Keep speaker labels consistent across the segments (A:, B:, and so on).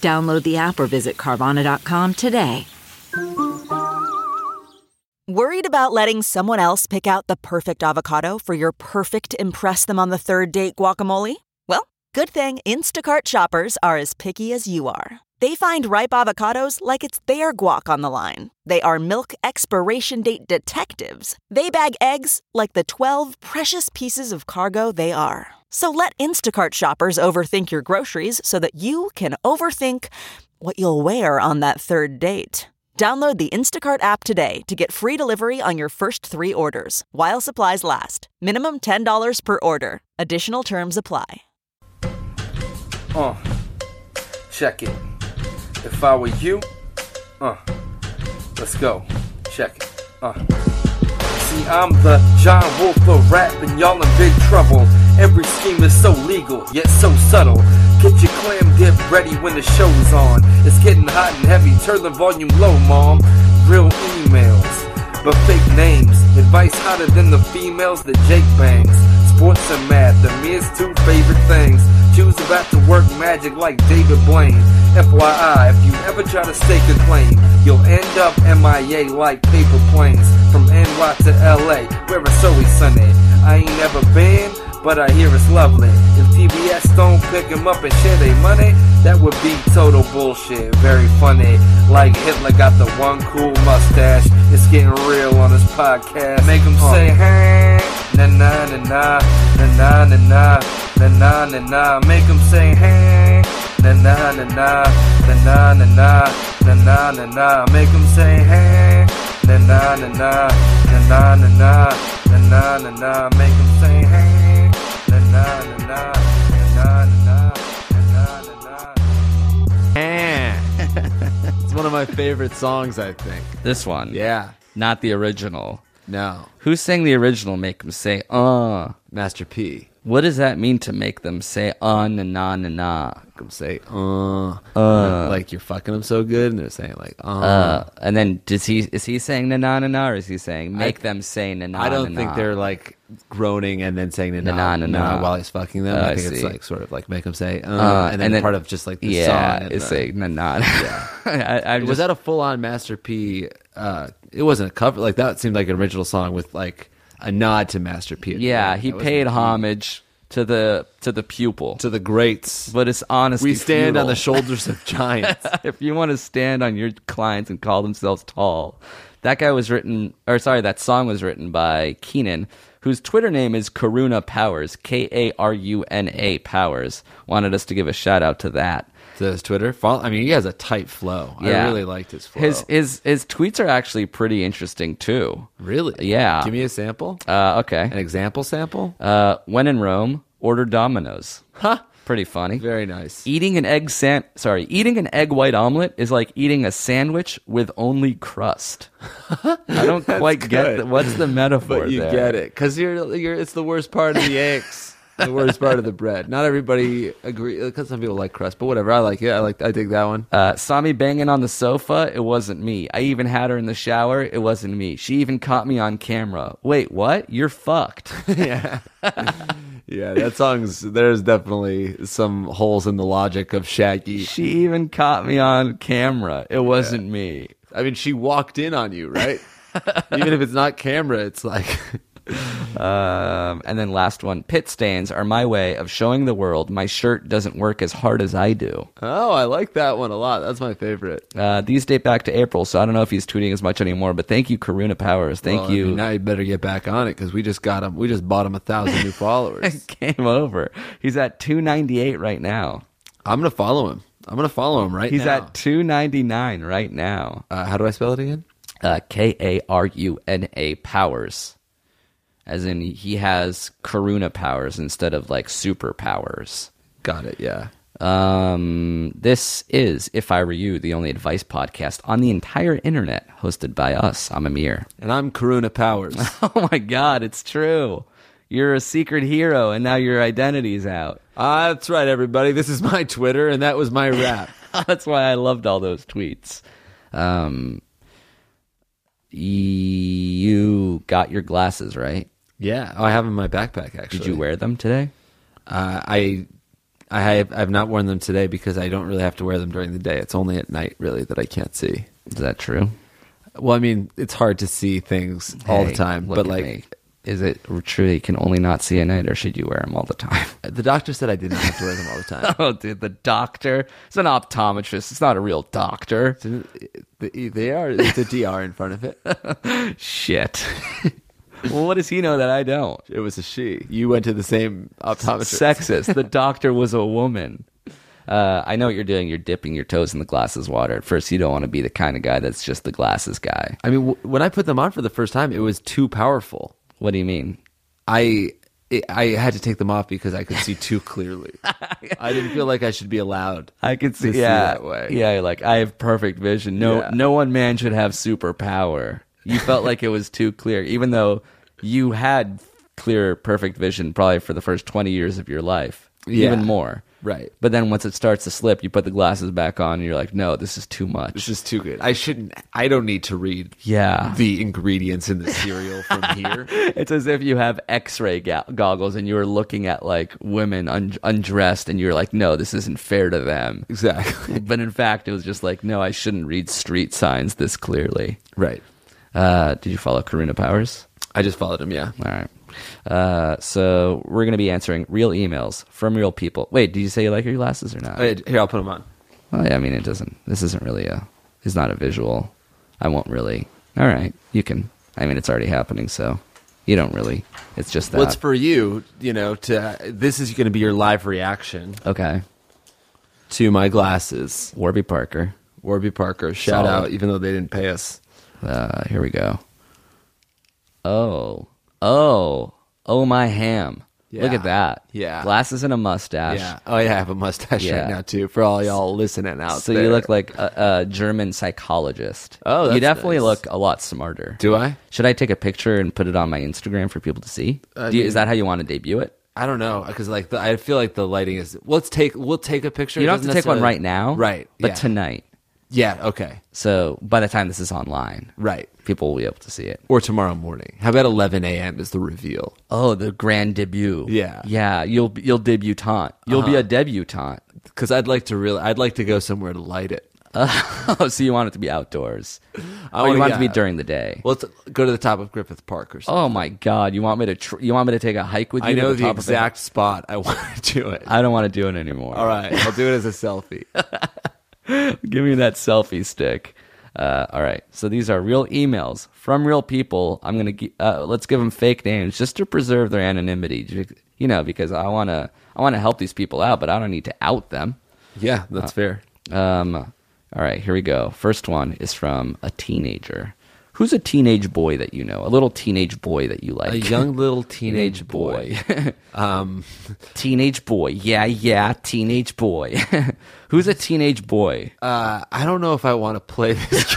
A: Download the app or visit Carvana.com today.
B: Worried about letting someone else pick out the perfect avocado for your perfect Impress Them on the Third Date guacamole? Well, good thing Instacart shoppers are as picky as you are. They find ripe avocados like it's their guac on the line. They are milk expiration date detectives. They bag eggs like the 12 precious pieces of cargo they are. So let Instacart shoppers overthink your groceries so that you can overthink what you'll wear on that third date. Download the Instacart app today to get free delivery on your first three orders while supplies last. Minimum $10 per order. Additional terms apply.
C: Uh, check it. If I were you, uh, let's go. Check it. Uh. See, I'm the John Wolf of rap, and y'all in big trouble. Every scheme is so legal, yet so subtle. Get your clam dip ready when the show's on. It's getting hot and heavy, turn the volume low, mom. Real emails, but fake names. Advice hotter than the females that Jake bangs. Sports and math, the men's two favorite things. Choose about to work magic like David Blaine. FYI, if you ever try to stake a claim, you'll end up MIA like paper planes. From NY to LA, where it's always sunny. I ain't never been, but I hear it's lovely. If TBS don't pick him up and share they money, that would be total bullshit. Very funny. Like Hitler got the one cool mustache. It's getting real on this podcast. Make him say, hey, na na na na, na na na na, na na na na. Make him say, hey, na na na na, na na na na, na na na na. Make him say, hey, na na na na, na na na na, na na na na. Make him say, hey, na na na na, na na na na, na na na na.
D: it's one of my favorite songs, I think.
E: This one.
D: Yeah.
E: Not the original.
D: No.
E: Who sang the original make them say, uh?
D: Master P.
E: What does that mean to make them say, uh, na na na na?
D: Make 'em say, uh, uh. Like you're fucking them so good, and they're saying, like, uh.
E: Uh, and then does he is he saying na na na na or is he saying make
D: I-
E: them say na na?
D: I don't
E: na,
D: think
E: na"?
D: they're like groaning and then saying na na na na while he's fucking them.
E: Oh,
D: I
E: I
D: think it's
E: see.
D: like sort of like make them say uh,
E: Uh,
D: and, then part of just like the
E: yeah,
D: song. and
E: it's
D: the-
E: like na na. Yeah, I, I
D: was
E: just-
D: that a full on Master P? Uh, it wasn't a cover. Like that seemed like an original song with like a nod to Master P.
E: yeah, he
D: That was-
E: paid homage to the to the pupil,
D: to the greats.
E: but it's honestly
D: we stand on
E: futile.
D: the shoulders of giants.
E: if you want to stand on your clients and call themselves tall, that guy was written, or sorry, that song was written by Keenan, whose Twitter name is Karuna Powers, K A R U N A Powers. Wanted us to give a shout out to that.
D: to his Twitter. Follow, I mean, he has a tight flow. I
E: Yeah.
D: really liked his flow.
E: His his his tweets are actually pretty interesting too.
D: really,
E: Yeah.
D: Give me a sample,
E: Uh,
D: an
E: okay.
D: example sample.
E: Uh, when in Rome, order Domino's.
D: huh?
E: Pretty funny.
D: Very nice.
E: Eating an egg san- sorry, eating an egg white omelet is like eating a sandwich with only crust. I don't quite get
D: good.
E: the, what's the metaphor
D: but you
E: there?
D: get it because you're you're. It's the worst part of the eggs. the worst part of the bread. Not everybody agree because some people like crust, but whatever. I like it. I like. I dig that one.
E: Uh, saw me banging on the sofa. It wasn't me. I even had her in the shower. It wasn't me. She even caught me on camera. Wait, what? You're fucked.
D: yeah, that song's. There's definitely some holes in the logic of Shaggy.
E: she even caught me on camera. It wasn't me.
D: I mean, she walked in on you, right? Even if it's not camera, it's like.
E: Um, and then last one. Pit stains are my way of showing the world my shirt doesn't work as hard as I do.
D: Oh, I like that one a lot. That's my favorite.
E: Uh, these date back to April, so I don't know if he's tweeting as much anymore. But thank you, Karuna Powers. Thank
D: Well, I
E: you.
D: mean, now you better get back on it because we just got him. We just bought him a thousand new followers.
E: Came over. He's at 298 right now.
D: I'm gonna follow him. I'm gonna follow him right
E: He's
D: now.
E: at 299 right now.
D: Uh, how do I spell it again?
E: Uh, K A R U N A Powers, as in he has Karuna powers instead of like superpowers.
D: Got it. Yeah.
E: Um, this is, if I were you, the only advice podcast on the entire internet hosted by us. I'm Amir.
D: And I'm Karuna Powers.
E: Oh my God, it's true. You're a secret hero, and now your identity's out.
D: Ah, that's right, everybody. This is my Twitter, and that was my rap.
E: That's why I loved all those tweets. Um, you got your glasses, right?
D: yeah, oh, I have them in my backpack. Actually,
E: Did you wear them today?
D: Uh, I, I have, I've not worn them today because I don't really have to wear them during the day. It's only at night, really, that I can't see.
E: Is that true?
D: Well, I mean, it's hard to see things all the
E: Hey,
D: time,
E: look at
D: but like
E: me. is it true that you can only not see at night, or should you wear them all the time?
D: the doctor said, I did not have to wear them all the time.
E: oh, dude, the doctor. It's an optometrist. It's not a real doctor.
D: They- they are. It's a dr in front of it.
E: Shit. well, what does he know that I don't?
D: It was a she. You went to the same optometrist.
E: sexist. The doctor was a woman. Uh, I know what you're doing. You're dipping your toes in the glasses water. At first, you don't want to be the kind of guy that's just the glasses guy.
D: I mean, w- when I put them on for the first time, it was too powerful.
E: What do you mean?
D: I it, I had to take them off because I could see too clearly. I didn't feel like I should be allowed. to that way.
E: Yeah, you're like I have perfect vision. No,
D: Yeah.
E: no one man should have superpower. You felt like it was too clear, even though you had clear, perfect vision probably for the first 20 years of your life,
D: Yeah.
E: even more.
D: Right.
E: But then once it starts to slip, you put the glasses back on, and you're like, no, this is too much.
D: This is too good. I shouldn't. I don't need to read.
E: Yeah.
D: the ingredients in the cereal from here.
E: It's as if you have X-ray ga- goggles and you were looking at like women un- undressed, and you're like, "No, this isn't fair to them."
D: exactly.
E: But in fact, it was just like, "No, I shouldn't read street signs this clearly."
D: Right.
E: Uh, did you follow Karina Powers?
D: I just followed him. Yeah.
E: All right. Uh, so we're gonna be answering real emails from real people. Wait, did you say you like your glasses or not?
D: I- here, I'll put them on.
E: Well, yeah, I mean, it doesn't. This isn't really a. It's not a visual. I won't really. All right, you can. I mean, it's already happening, so you don't really. It's just that.
D: Well, it's for you. You know, to this is going to be your live reaction
E: okay.
D: to my glasses.
E: Warby Parker.
D: Warby Parker, shout
E: Solid.
D: out, even though they didn't pay us.
E: Uh, here we go. Oh, oh, oh, my ham. Look
D: Yeah.
E: at that.
D: Yeah.
E: Glasses and a mustache.
D: Yeah. Oh, yeah. I have a mustache
E: Yeah.
D: right now too. For all y'all listening out
E: So you
D: there.
E: look like a, a German psychologist.
D: Oh,
E: you
D: that's
E: definitely
D: nice.
E: look a lot smarter.
D: Do I?
E: Should I take a picture and put it on my Instagram for people to see?
D: Uh,
E: Do you, is that how you want to debut it?
D: I don't know because like the, I feel like the lighting is. Let's take. We'll take a picture.
E: You
D: It
E: don't have to
D: doesn't
E: take one
D: necessarily-
E: right now,
D: Right.
E: But
D: yeah.
E: tonight.
D: Yeah. Okay.
E: So by the time this is online,
D: Right.
E: people will be able to see it.
D: Or tomorrow morning. How about 11 a.m. is the reveal?
E: Oh, the grand debut.
D: Yeah.
E: yeah. Uh-huh. You'll you'll debutante. You'll be a debutante.
D: Because I'd like to really. I'd like to go somewhere to light it.
E: Oh, so you want it to be outdoors? Oh,
D: wanna-
E: you want it to be
D: yeah.
E: during the day?
D: Well, let's go to the top of Griffith Park or something.
E: oh my God! You want me to? Tr- you want me to take a hike with you?
D: I
E: to
D: know Oh, the
E: top of a-
D: exact spot. I want to do it.
E: I don't want to do it anymore.
D: all right. I'll do it as a selfie.
E: give me that selfie stick. Uh, all right, so these are real emails from real people. I'm gonna gi- uh, let's give them fake names just to preserve their anonymity. Ju- You know, because I wanna I wanna help these people out, but I don't need to out them.
D: Yeah, that's fair.
E: Um, all right, here we go. First one is from a teenager. Who's a teenage boy that you know? A little teenage boy that you like?
D: A young little teenage boy. Um,
E: teenage boy. Yeah, yeah, teenage boy. Who's a teenage boy?
D: Uh, I don't know if I want to play this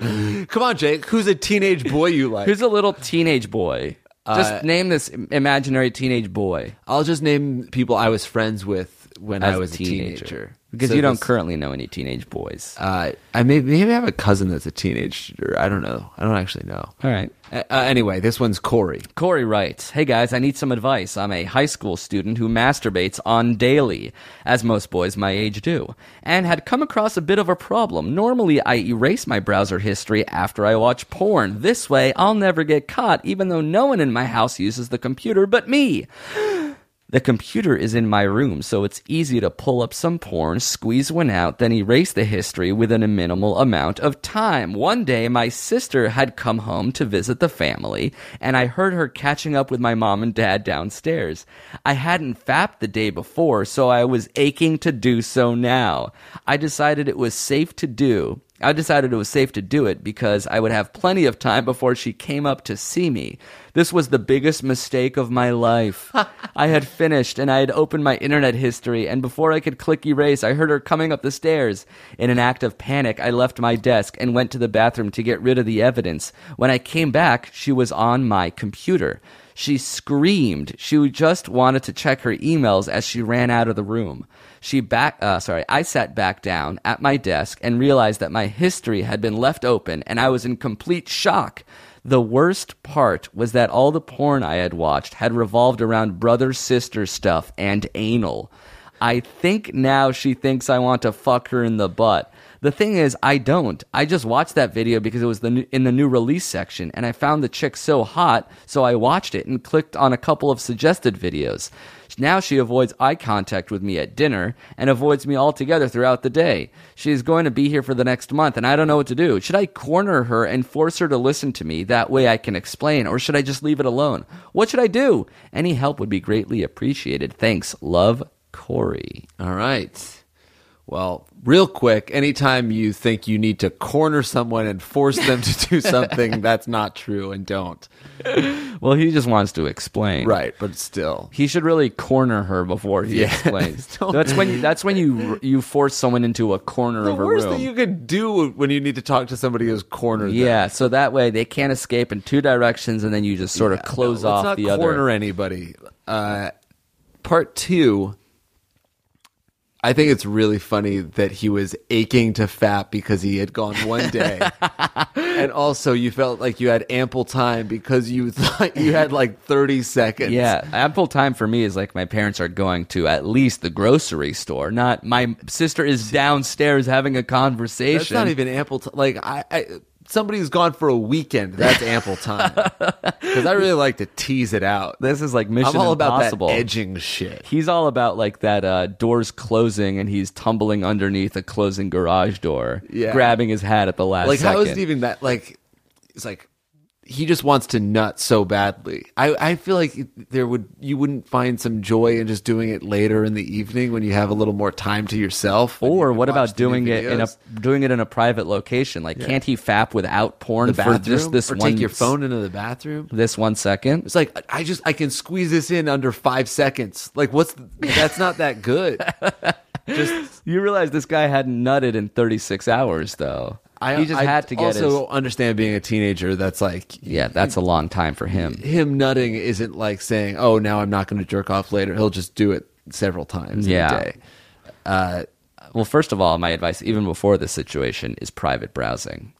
D: game. Come on, Jake. Who's a teenage boy you like?
E: Who's a little teenage boy?
D: Uh,
E: Just name this im- imaginary teenage boy
D: I'll just name people I was friends with when
E: as
D: I was
E: a teenager. Because
D: Because so
E: you don't
D: this-
E: currently know any teenage boys.
D: Uh, I may, maybe I have a cousin that's a teenager. I don't know. I don't actually know.
E: All right.
D: Uh, uh, anyway, this one's Corey.
E: Corey writes, Hey guys, I need some advice. I'm a high school student who masturbates on daily, as most boys my age do, and had come across a bit of a problem. Normally, I erase my browser history after I watch porn. This way, I'll never get caught, even though no one in my house uses the computer but me. The computer is in my room, so it's easy to pull up some porn, squeeze one out, then erase the history within a minimal amount of time. One day, my sister had come home to visit the family, and I heard her catching up with my mom and dad downstairs. I hadn't fapped the day before, so I was aching to do so now. I decided it was safe to do I decided it was safe to do it because I would have plenty of time before she came up to see me. This was the biggest mistake of my life. I had finished and I had opened my internet history, and before I could click erase, I heard her coming up the stairs. In an act of panic, I left my desk and went to the bathroom to get rid of the evidence. When I came back, she was on my computer. She screamed. She just wanted to check her emails as she ran out of the room. She back, uh, sorry, I sat back down at my desk and realized that my history had been left open and I was in complete shock. The worst part was that all the porn I had watched had revolved around brother sister stuff and anal. I think now she thinks I want to fuck her in the butt. The thing is, I don't. I just watched that video because it was the new, in the new release section, and I found the chick so hot, so I watched it and clicked on a couple of suggested videos. Now she avoids eye contact with me at dinner and avoids me altogether throughout the day. She is going to be here for the next month, and I don't know what to do. Should I corner her and force her to listen to me? That way I can explain, or should I just leave it alone? What should I do? Any help would be greatly appreciated. Thanks. Love, Corey.
D: All right. Well, real quick, anytime you think you need to corner someone and force them to do something that's not true and don't.
E: Well, he just wants to explain.
D: Right, but still.
E: He should really corner her before he explains. that's when you, that's when you you force someone into a corner
D: The
E: of a
D: worst
E: room.
D: thing you could do when you need to talk to somebody is corner them.
E: yeah, so that way they can't escape in two directions, and then you just sort of close
D: No,
E: off
D: let's
E: the
D: not corner
E: other.
D: anybody. Uh, part two. I think it's really funny that he was aching to fat because he had gone one day, and also you felt like you had ample time because you thought you had like thirty seconds.
E: Yeah, ample time for me is like my parents are going to at least the grocery store. Not my sister is downstairs having a conversation.
D: that's not even ample. T- like I, I, somebody who's gone for a weekend, that's ample time. Because I really like to tease it out.
E: This is like Mission
D: I'm all about
E: Impossible.
D: that edging shit.
E: He's all about like that uh, doors closing and he's tumbling underneath a closing garage door,
D: Yeah.
E: grabbing his hat at the last
D: like
E: second.
D: how is it even that like it's like he just wants to nut so badly i i feel like there would you wouldn't find some joy in just doing it later in the evening when you have a little more time to yourself and you
E: Or
D: can
E: what
D: watch
E: about
D: the new
E: doing it in a
D: videos.
E: doing it in a private location? Like, can't he fap without porn
D: The
E: for just
D: bathroom?
E: this
D: or
E: one?
D: take your phone into the bathroom
E: This one second.
D: it's like I- i just i can squeeze this in under five seconds like what's the, that's not that good just
E: You realize this guy hadn't nutted in 36 hours, though.
D: I,
E: he just
D: I
E: had to get
D: also
E: his.
D: understand being a teenager that's like
E: Yeah, that's a long time for him.
D: him nutting isn't like saying, "Oh, now I'm not going to jerk off later." He'll just do it several times in
E: Yeah.
D: a day. Uh,
E: Well, first of all, my advice, even before this situation, is private browsing.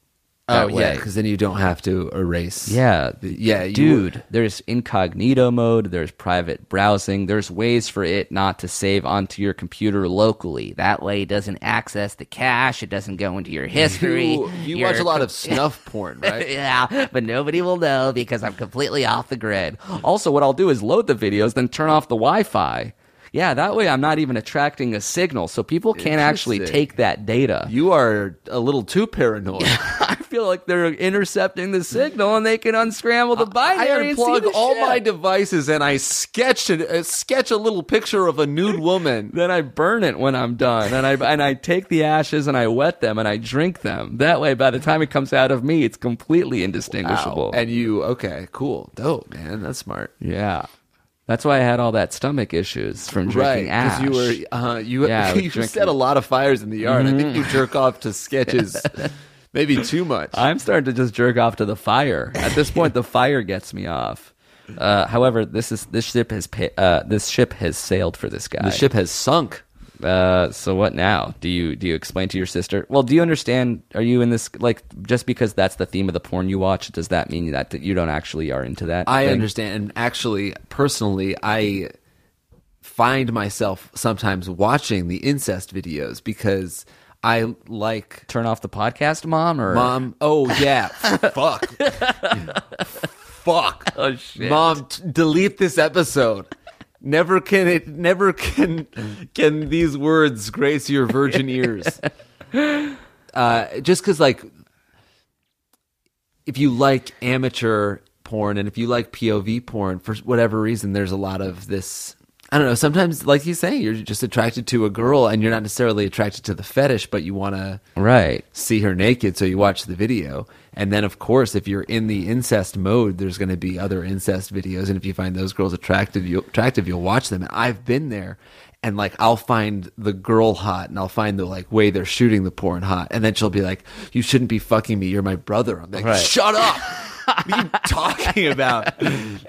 D: oh
E: That
D: yeah,
E: way-
D: because then you don't have to erase.
E: Yeah, th-
D: yeah, you-
E: dude. There's incognito mode. There's private browsing. There's ways for it not to save onto your computer locally. That way, it doesn't access the cache. It doesn't go into your history.
D: you, you
E: Your
D: watch a lot
E: com-
D: of snuff porn, right?
E: yeah, but nobody will know because I'm completely off the grid. Also, what I'll do is load the videos, then turn off the Wi-Fi. Yeah, that way I'm not even attracting a signal, so people can't actually
D: Interesting.
E: take that data.
D: You are a little too paranoid.
E: I feel like they're intercepting the signal and they can unscramble the
D: I
E: binary and see
D: unplug
E: the
D: all
E: shit.
D: my devices and I sketch a, uh, sketch a little picture of a nude woman.
E: then I burn it when I'm done, and I and I take the ashes and I wet them and I drink them. That way, by the time it comes out of me, it's completely indistinguishable.
D: Wow. And you, okay, cool, dope, man, that's smart.
E: yeah, that's why I had all that stomach issues from drinking
D: right,
E: ash.
D: you were uh, you
E: Yeah, I was
D: you
E: drinking- Mm-hmm.
D: set a lot of fires in the yard. I think you jerk off to sketches, maybe too much.
E: I'm starting to just jerk off to the fire. At this point, the fire gets me off. Uh, however, this is this ship has pa- uh, this ship has sailed for this guy.
D: the ship has sunk.
E: Uh, so what now? Do you do you explain to your sister? Well, do you understand? Are you in this like just because that's the theme of the porn you watch? Does that mean that, that you don't actually are into that?
D: I
E: thing?
D: understand, and actually, personally, I find myself sometimes watching the incest videos because I like
E: Turn off the podcast, mom. Or
D: Mom, oh yeah, fuck, fuck.
E: Oh, shit.
D: Mom, t- delete this episode. Never can it. Never can can these words grace your virgin ears. Uh, just because, like, if you like amateur porn and if you like POV porn for whatever reason, there's a lot of this. I I don't know. Sometimes, like you say, you're just attracted to a girl, and you're not necessarily attracted to the fetish, but you want to
E: Right.
D: see her naked, so you watch the video. And then, of course, if you're in the incest mode, there's going to be other incest videos, and if you find those girls attractive, you attractive, you'll watch them. And I've been there, and like I'll find the girl hot, and I'll find the like way they're shooting the porn hot, and then she'll be like, "You shouldn't be fucking me. You're my brother." I'm like,
E: Right.
D: "Shut up." what are you talking about?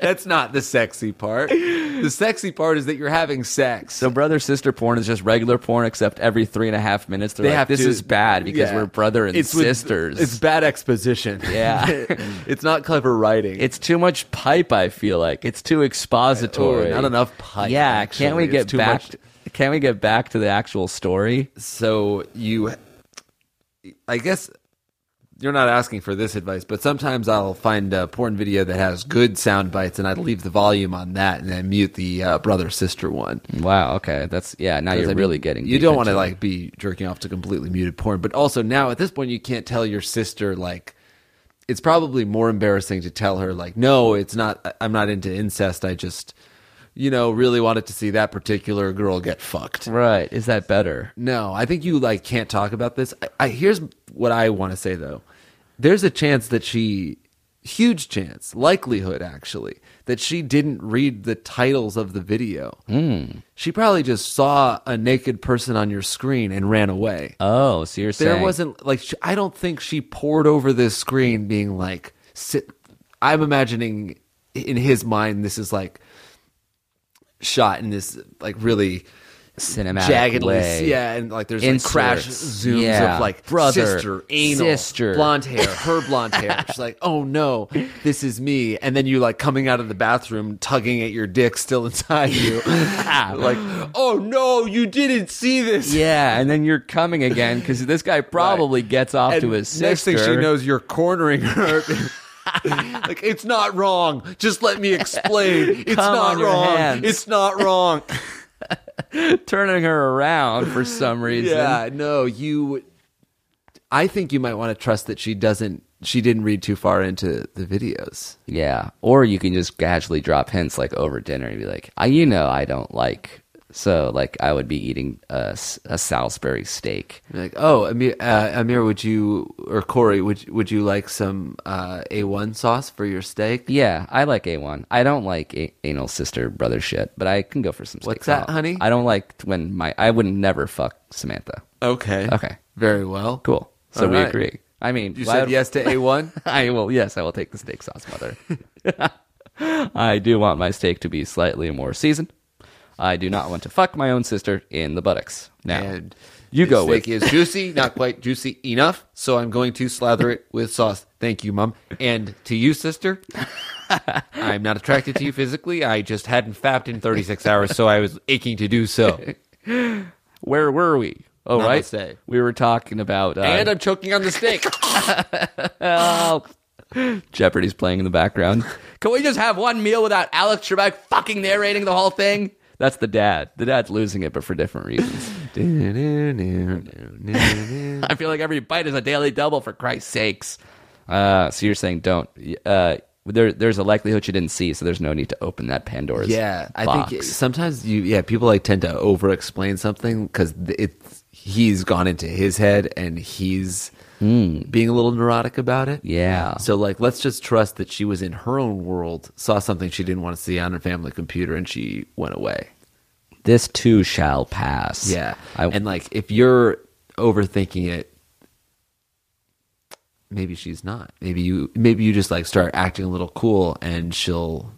D: That's not the sexy part. The sexy part is that you're having sex.
E: So brother sister porn is just regular porn, except every three and a half minutes they're like, "This
D: to-
E: is bad because
D: yeah.
E: we're brother and
D: It's with-
E: sisters."
D: it's bad exposition.
E: Yeah.
D: it's not clever writing.
E: It's too much pipe. I feel like it's too expository.
D: Oh, not enough pipe,
E: Yeah, can't we
D: actually.
E: get
D: It's too
E: back?
D: much-
E: Can't we get back to the actual story?
D: so you, I guess you're not asking for this advice, but sometimes I'll find a porn video that has good sound bites, and I leave the volume on that, and then mute the uh, brother sister one.
E: Wow. Okay. That's yeah. Now
D: 'Cause,
E: you're
D: I mean,
E: really getting.
D: You
E: deep
D: don't want to
E: into it.
D: like be jerking off to completely muted porn, but also now at this point you can't tell your sister like. It's probably more embarrassing to tell her like, no, it's not. I- I'm not into incest. I just, you know, really wanted to see that particular girl get fucked.
E: Right. Is that better?
D: No, I think you like can't talk about this. I, I here's what I want to say though. There's a chance that she huge chance, likelihood actually, that she didn't read the titles of the video. She probably just saw a naked person on your screen and ran away.
E: Oh, so you're
D: there
E: saying
D: wasn't like sh I don't think she poured over this screen being like sit I'm imagining in his mind this is like shot in this like really
E: cinematic
D: jaggedly,
E: way.
D: yeah, and like there's like
E: Inserts.
D: crash zooms
E: Yeah.
D: of like
E: Brother,
D: sister, anal,
E: sister.
D: blonde hair, her blonde hair. She's like, oh no, this is me, and then you like coming out of the bathroom, tugging at your dick still inside you, like, oh no, you didn't see this.
E: Yeah, and then you're coming again because this guy probably gets off
D: And
E: to his sister.
D: next thing she knows, you're cornering her. like it's not wrong. Just let me explain. It's
E: Come
D: not
E: on your
D: wrong.
E: hands.
D: It's not wrong.
E: turning her around for some reason.
D: Yeah, no, you. I think you might want to trust that she doesn't. She didn't read too far into the videos.
E: Yeah. Or you can just casually drop hints like over dinner and be like, I, you know, I don't like. So, like, I would be eating a, s- a Salisbury steak.
D: Like, oh, Amir, uh, Amir, would you or Corey, would would you like some uh, A1 sauce for your steak?
E: Yeah, I like A1. I don't like a- anal sister brother shit, but I can go for some steak.
D: What's that, honey?
E: I don't like when my. I would never fuck Samantha.
D: Okay,
E: Okay.
D: very well,
E: Cool. So
D: All
E: we
D: right.
E: agree. I mean,
D: You
E: glad-
D: said yes to A1.
E: I will. Yes, I will take the steak sauce, mother. I do want my steak to be slightly more seasoned. I do not want to fuck my own sister in the buttocks. Now,
D: And
E: you
D: the
E: go
D: steak
E: with.
D: is juicy, not quite juicy enough. So I'm going to slather it with sauce. Thank you, mom. And to you, sister. I'm not attracted to you physically. I just hadn't fapped in 36 hours, so I was aching to do so.
E: Where were we? Oh, right.
D: Namaste.
E: We were talking about. Uh,
D: And I'm choking on the steak.
E: Jeopardy's playing in the background. Can we just have one meal without Alex Trebek fucking narrating the whole thing? That's the dad. The dad's losing it, but for different reasons. I feel like every bite is a daily double for Christ's sakes. Uh, so you're saying don't. Uh, there, there's a likelihood you didn't see, so there's no need to open that Pandora's
D: yeah, I
E: box.
D: think sometimes you yeah people like tend to over-explain something because it's he's gone into his head and he's being a little neurotic about it.
E: yeah.
D: So like let's just trust that she was in her own world, saw something she didn't want to see on her family computer and she went away.
E: This too shall pass.
D: Yeah.
E: I,
D: and like if you're overthinking it maybe she's not. Maybe you maybe you just like start acting a little cool and she'll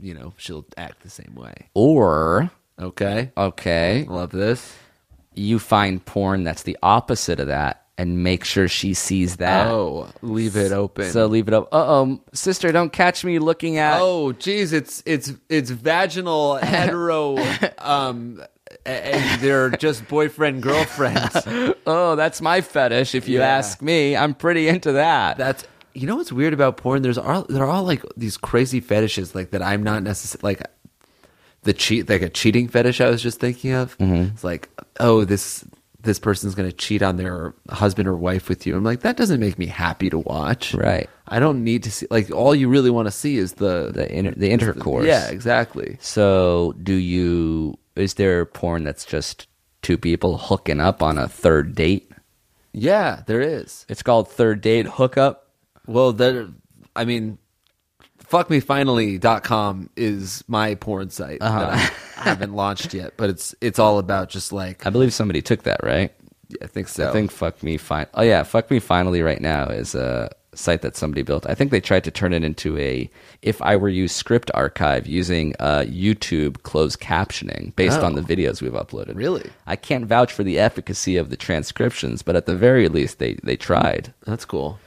D: you know, she'll act the same way.
E: or
D: Okay?
E: okay,
D: Love this.
E: you find porn that's the opposite of that, and make sure she sees that.
D: Oh, leave it open.
E: So leave it up. Uh oh, sister, don't catch me looking at.
D: Oh, geez, it's it's it's vaginal hetero. um, a- and they're just boyfriend girlfriends.
E: Oh, that's my fetish. If you
D: Yeah.
E: ask me, I'm pretty into that.
D: That's you know what's weird about porn. There's all there are all like these crazy fetishes like that. I'm not necessarily like Mm-hmm. the cheat like a cheating fetish. I was just thinking of. It's like oh this this person's going to cheat on their husband or wife with you. I'm like, that doesn't make me happy to watch.
E: Right.
D: I don't need to see, like, all you really want to see is the,
E: The inter- the intercourse.
D: Yeah, exactly.
E: So, do you? Is there porn that's just two people hooking up on a third date?
D: Yeah, there is.
E: It's called third date hookup.
D: Well, that I mean, fuckmefinally.com is my porn site. that I haven't launched yet, but it's it's all about just like
E: I believe somebody took that right.
D: I think so.
E: I think fuck me fine. Oh yeah, fuck me finally right now is a site that somebody built. I think they tried to turn it into a if I were you script archive using uh, YouTube closed captioning based on the videos we've uploaded.
D: Oh. Really?
E: I can't vouch for the efficacy of the transcriptions, but at the very least they they tried.
D: that's cool.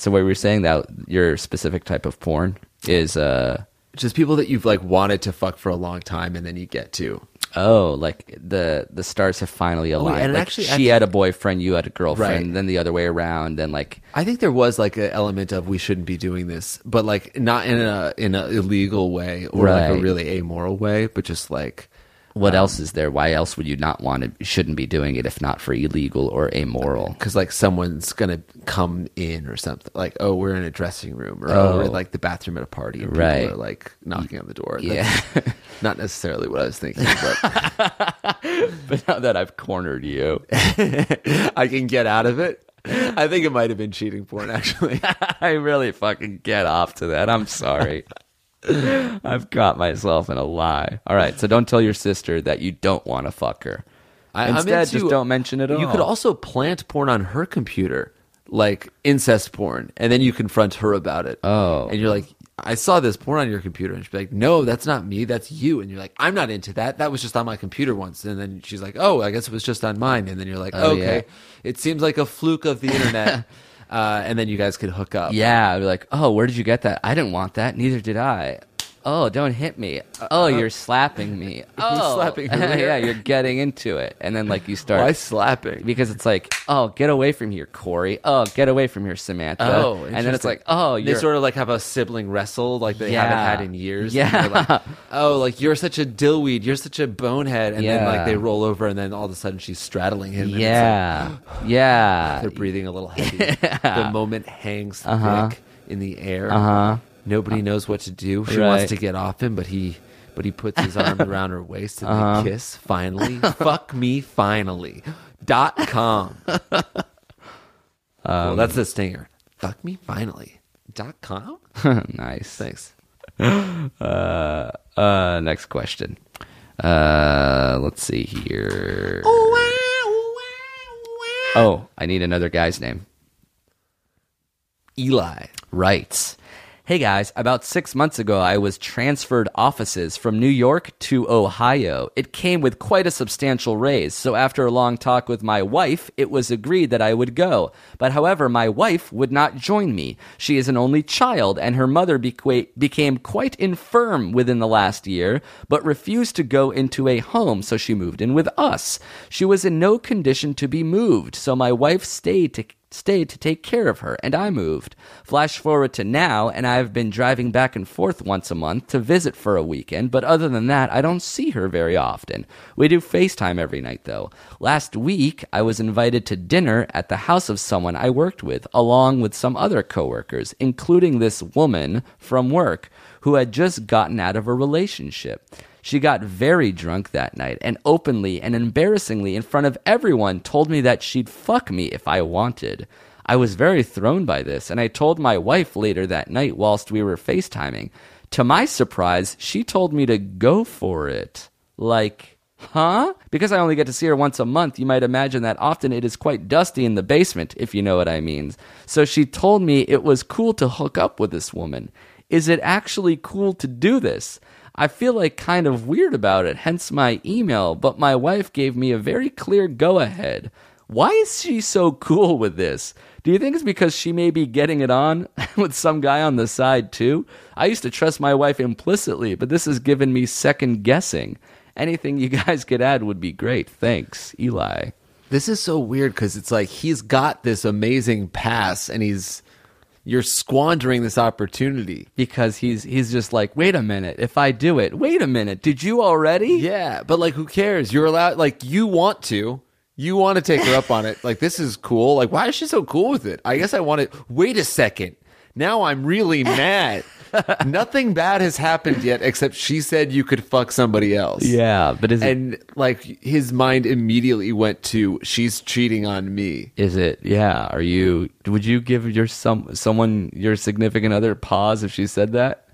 E: So what we were saying that your specific type of porn is uh
D: Just people that you've like wanted to fuck for a long time, and then you get to.
E: oh like the the stars have finally
D: yeah,
E: aligned.
D: Oh, and
E: like
D: actually-
E: she
D: actually-
E: had a boyfriend, you had a girlfriend,
D: Right.
E: then the other way around, then like
D: I think there was like an element of we shouldn't be doing this, but like not in a in a illegal way or like
E: Right.
D: a really amoral way, but just like
E: what
D: Um,
E: else is there? Why else would you not want to? Shouldn't be doing it if not for illegal or amoral.
D: because like someone's gonna come in or something like oh we're in a dressing room or
E: Oh.
D: oh, we're in like the bathroom at a party and
E: Right.
D: people are like knocking on the door
E: Yeah.
D: That's not necessarily what i was thinking but
E: But now that I've cornered you,
D: i can get out of it i think it might have been cheating porn actually
E: I really fucking get off to that. I'm sorry. I've caught myself in a lie. All right, so don't tell your sister that you don't want to fuck her.
D: I,
E: Instead,
D: I'm into-
E: just don't mention it at
D: you
E: all.
D: could also plant porn on her computer like incest porn and then you confront her about it
E: Oh.
D: and you're like I saw this porn on your computer, and she'd be like, "No, that's not me. That's you." And you're like, "I'm not into that. That was just on my computer once." And then she's like, "Oh, I guess it was just on mine." And then you're like,
E: Oh,
D: "Okay,
E: yeah.
D: it seems like a fluke of the internet." uh, and then you guys could hook up.
E: Yeah, I'd be like, oh, where did you get that? I didn't want that. Neither did I. Oh, don't hit me. Oh, you're slapping me. Oh,
D: Uh-huh. slapping her rear.
E: yeah, you're getting into it, and then like you start.
D: Why slapping?
E: because it's like, oh, get away from here, Corey. Oh, get away from here, Samantha.
D: Oh,
E: and then it's
D: interesting.
E: like, oh,
D: they
E: you're
D: sort of like have a sibling wrestle like they
E: Yeah.
D: haven't had in years.
E: Yeah.
D: And they're like, oh, like you're such a dillweed. You're such a bonehead. And then
E: Yeah.
D: like they roll over, and then all of a sudden she's straddling him. and it's
E: yeah,
D: like,
E: yeah.
D: they're breathing a little heavy. The moment hangs thick in the air. Nobody knows what to do. She
E: Right.
D: wants to get off him, but he. But he puts his arm around her waist and they kiss finally. Fuck me finally. Dot com. well, that's the stinger. Fuck me finally. Dot com?
E: nice.
D: Thanks.
E: Uh, next question. Uh, let's see here. Oh, I need another guy's name.
D: Eli.
E: writes Hey guys, about six months ago, I was transferred offices from New York to Ohio. It came with quite a substantial raise, so after a long talk with my wife, it was agreed that I would go. But however, my wife would not join me. She is an only child, and her mother bequa- became quite infirm within the last year, but refused to go into a home, so she moved in with us. She was in no condition to be moved, so my wife stayed to stayed to take care of her, and I moved. Flash forward to now, and I have been driving back and forth once a month to visit for a weekend, but other than that, I don't see her very often. We do FaceTime every night, though. Last week, I was invited to dinner at the house of someone I worked with, along with some other coworkers, including this woman from work who had just gotten out of a relationship. She got very drunk that night and openly and embarrassingly in front of everyone told me that she'd fuck me if I wanted. I was very thrown by this and I told my wife later that night whilst we were FaceTiming. To my surprise, she told me to go for it. Like, huh? Because I only get to see her once a month, you might imagine that often it is quite dusty in the basement, if you know what I mean. So she told me it was cool to hook up with this woman. Is it actually cool to do this? I feel like kind of weird about it, hence my email, but my wife gave me a very clear go ahead. Why is she so cool with this? Do you think it's because she may be getting it on with some guy on the side too? I used to trust my wife implicitly, but this has given me second guessing. Anything you guys could add would be great. Thanks, Eli.
D: This is so weird because it's like he's got this amazing pass and he's you're squandering this opportunity.
E: because he's he's just like, wait a minute, if I do it, wait a minute, did you already?
D: Yeah, but like, who cares? You're allowed. Like, you want to. You want to take her up on it. Like, this is cool. Like, why is she so cool with it? I guess I want to. Wait a second. Now I'm really mad. Nothing bad has happened yet, except she said you could fuck somebody else.
E: Yeah, but is it
D: And like, his mind immediately went to, she's cheating on me.
E: is it yeah, are you would you give your some someone your significant other pause if she said that?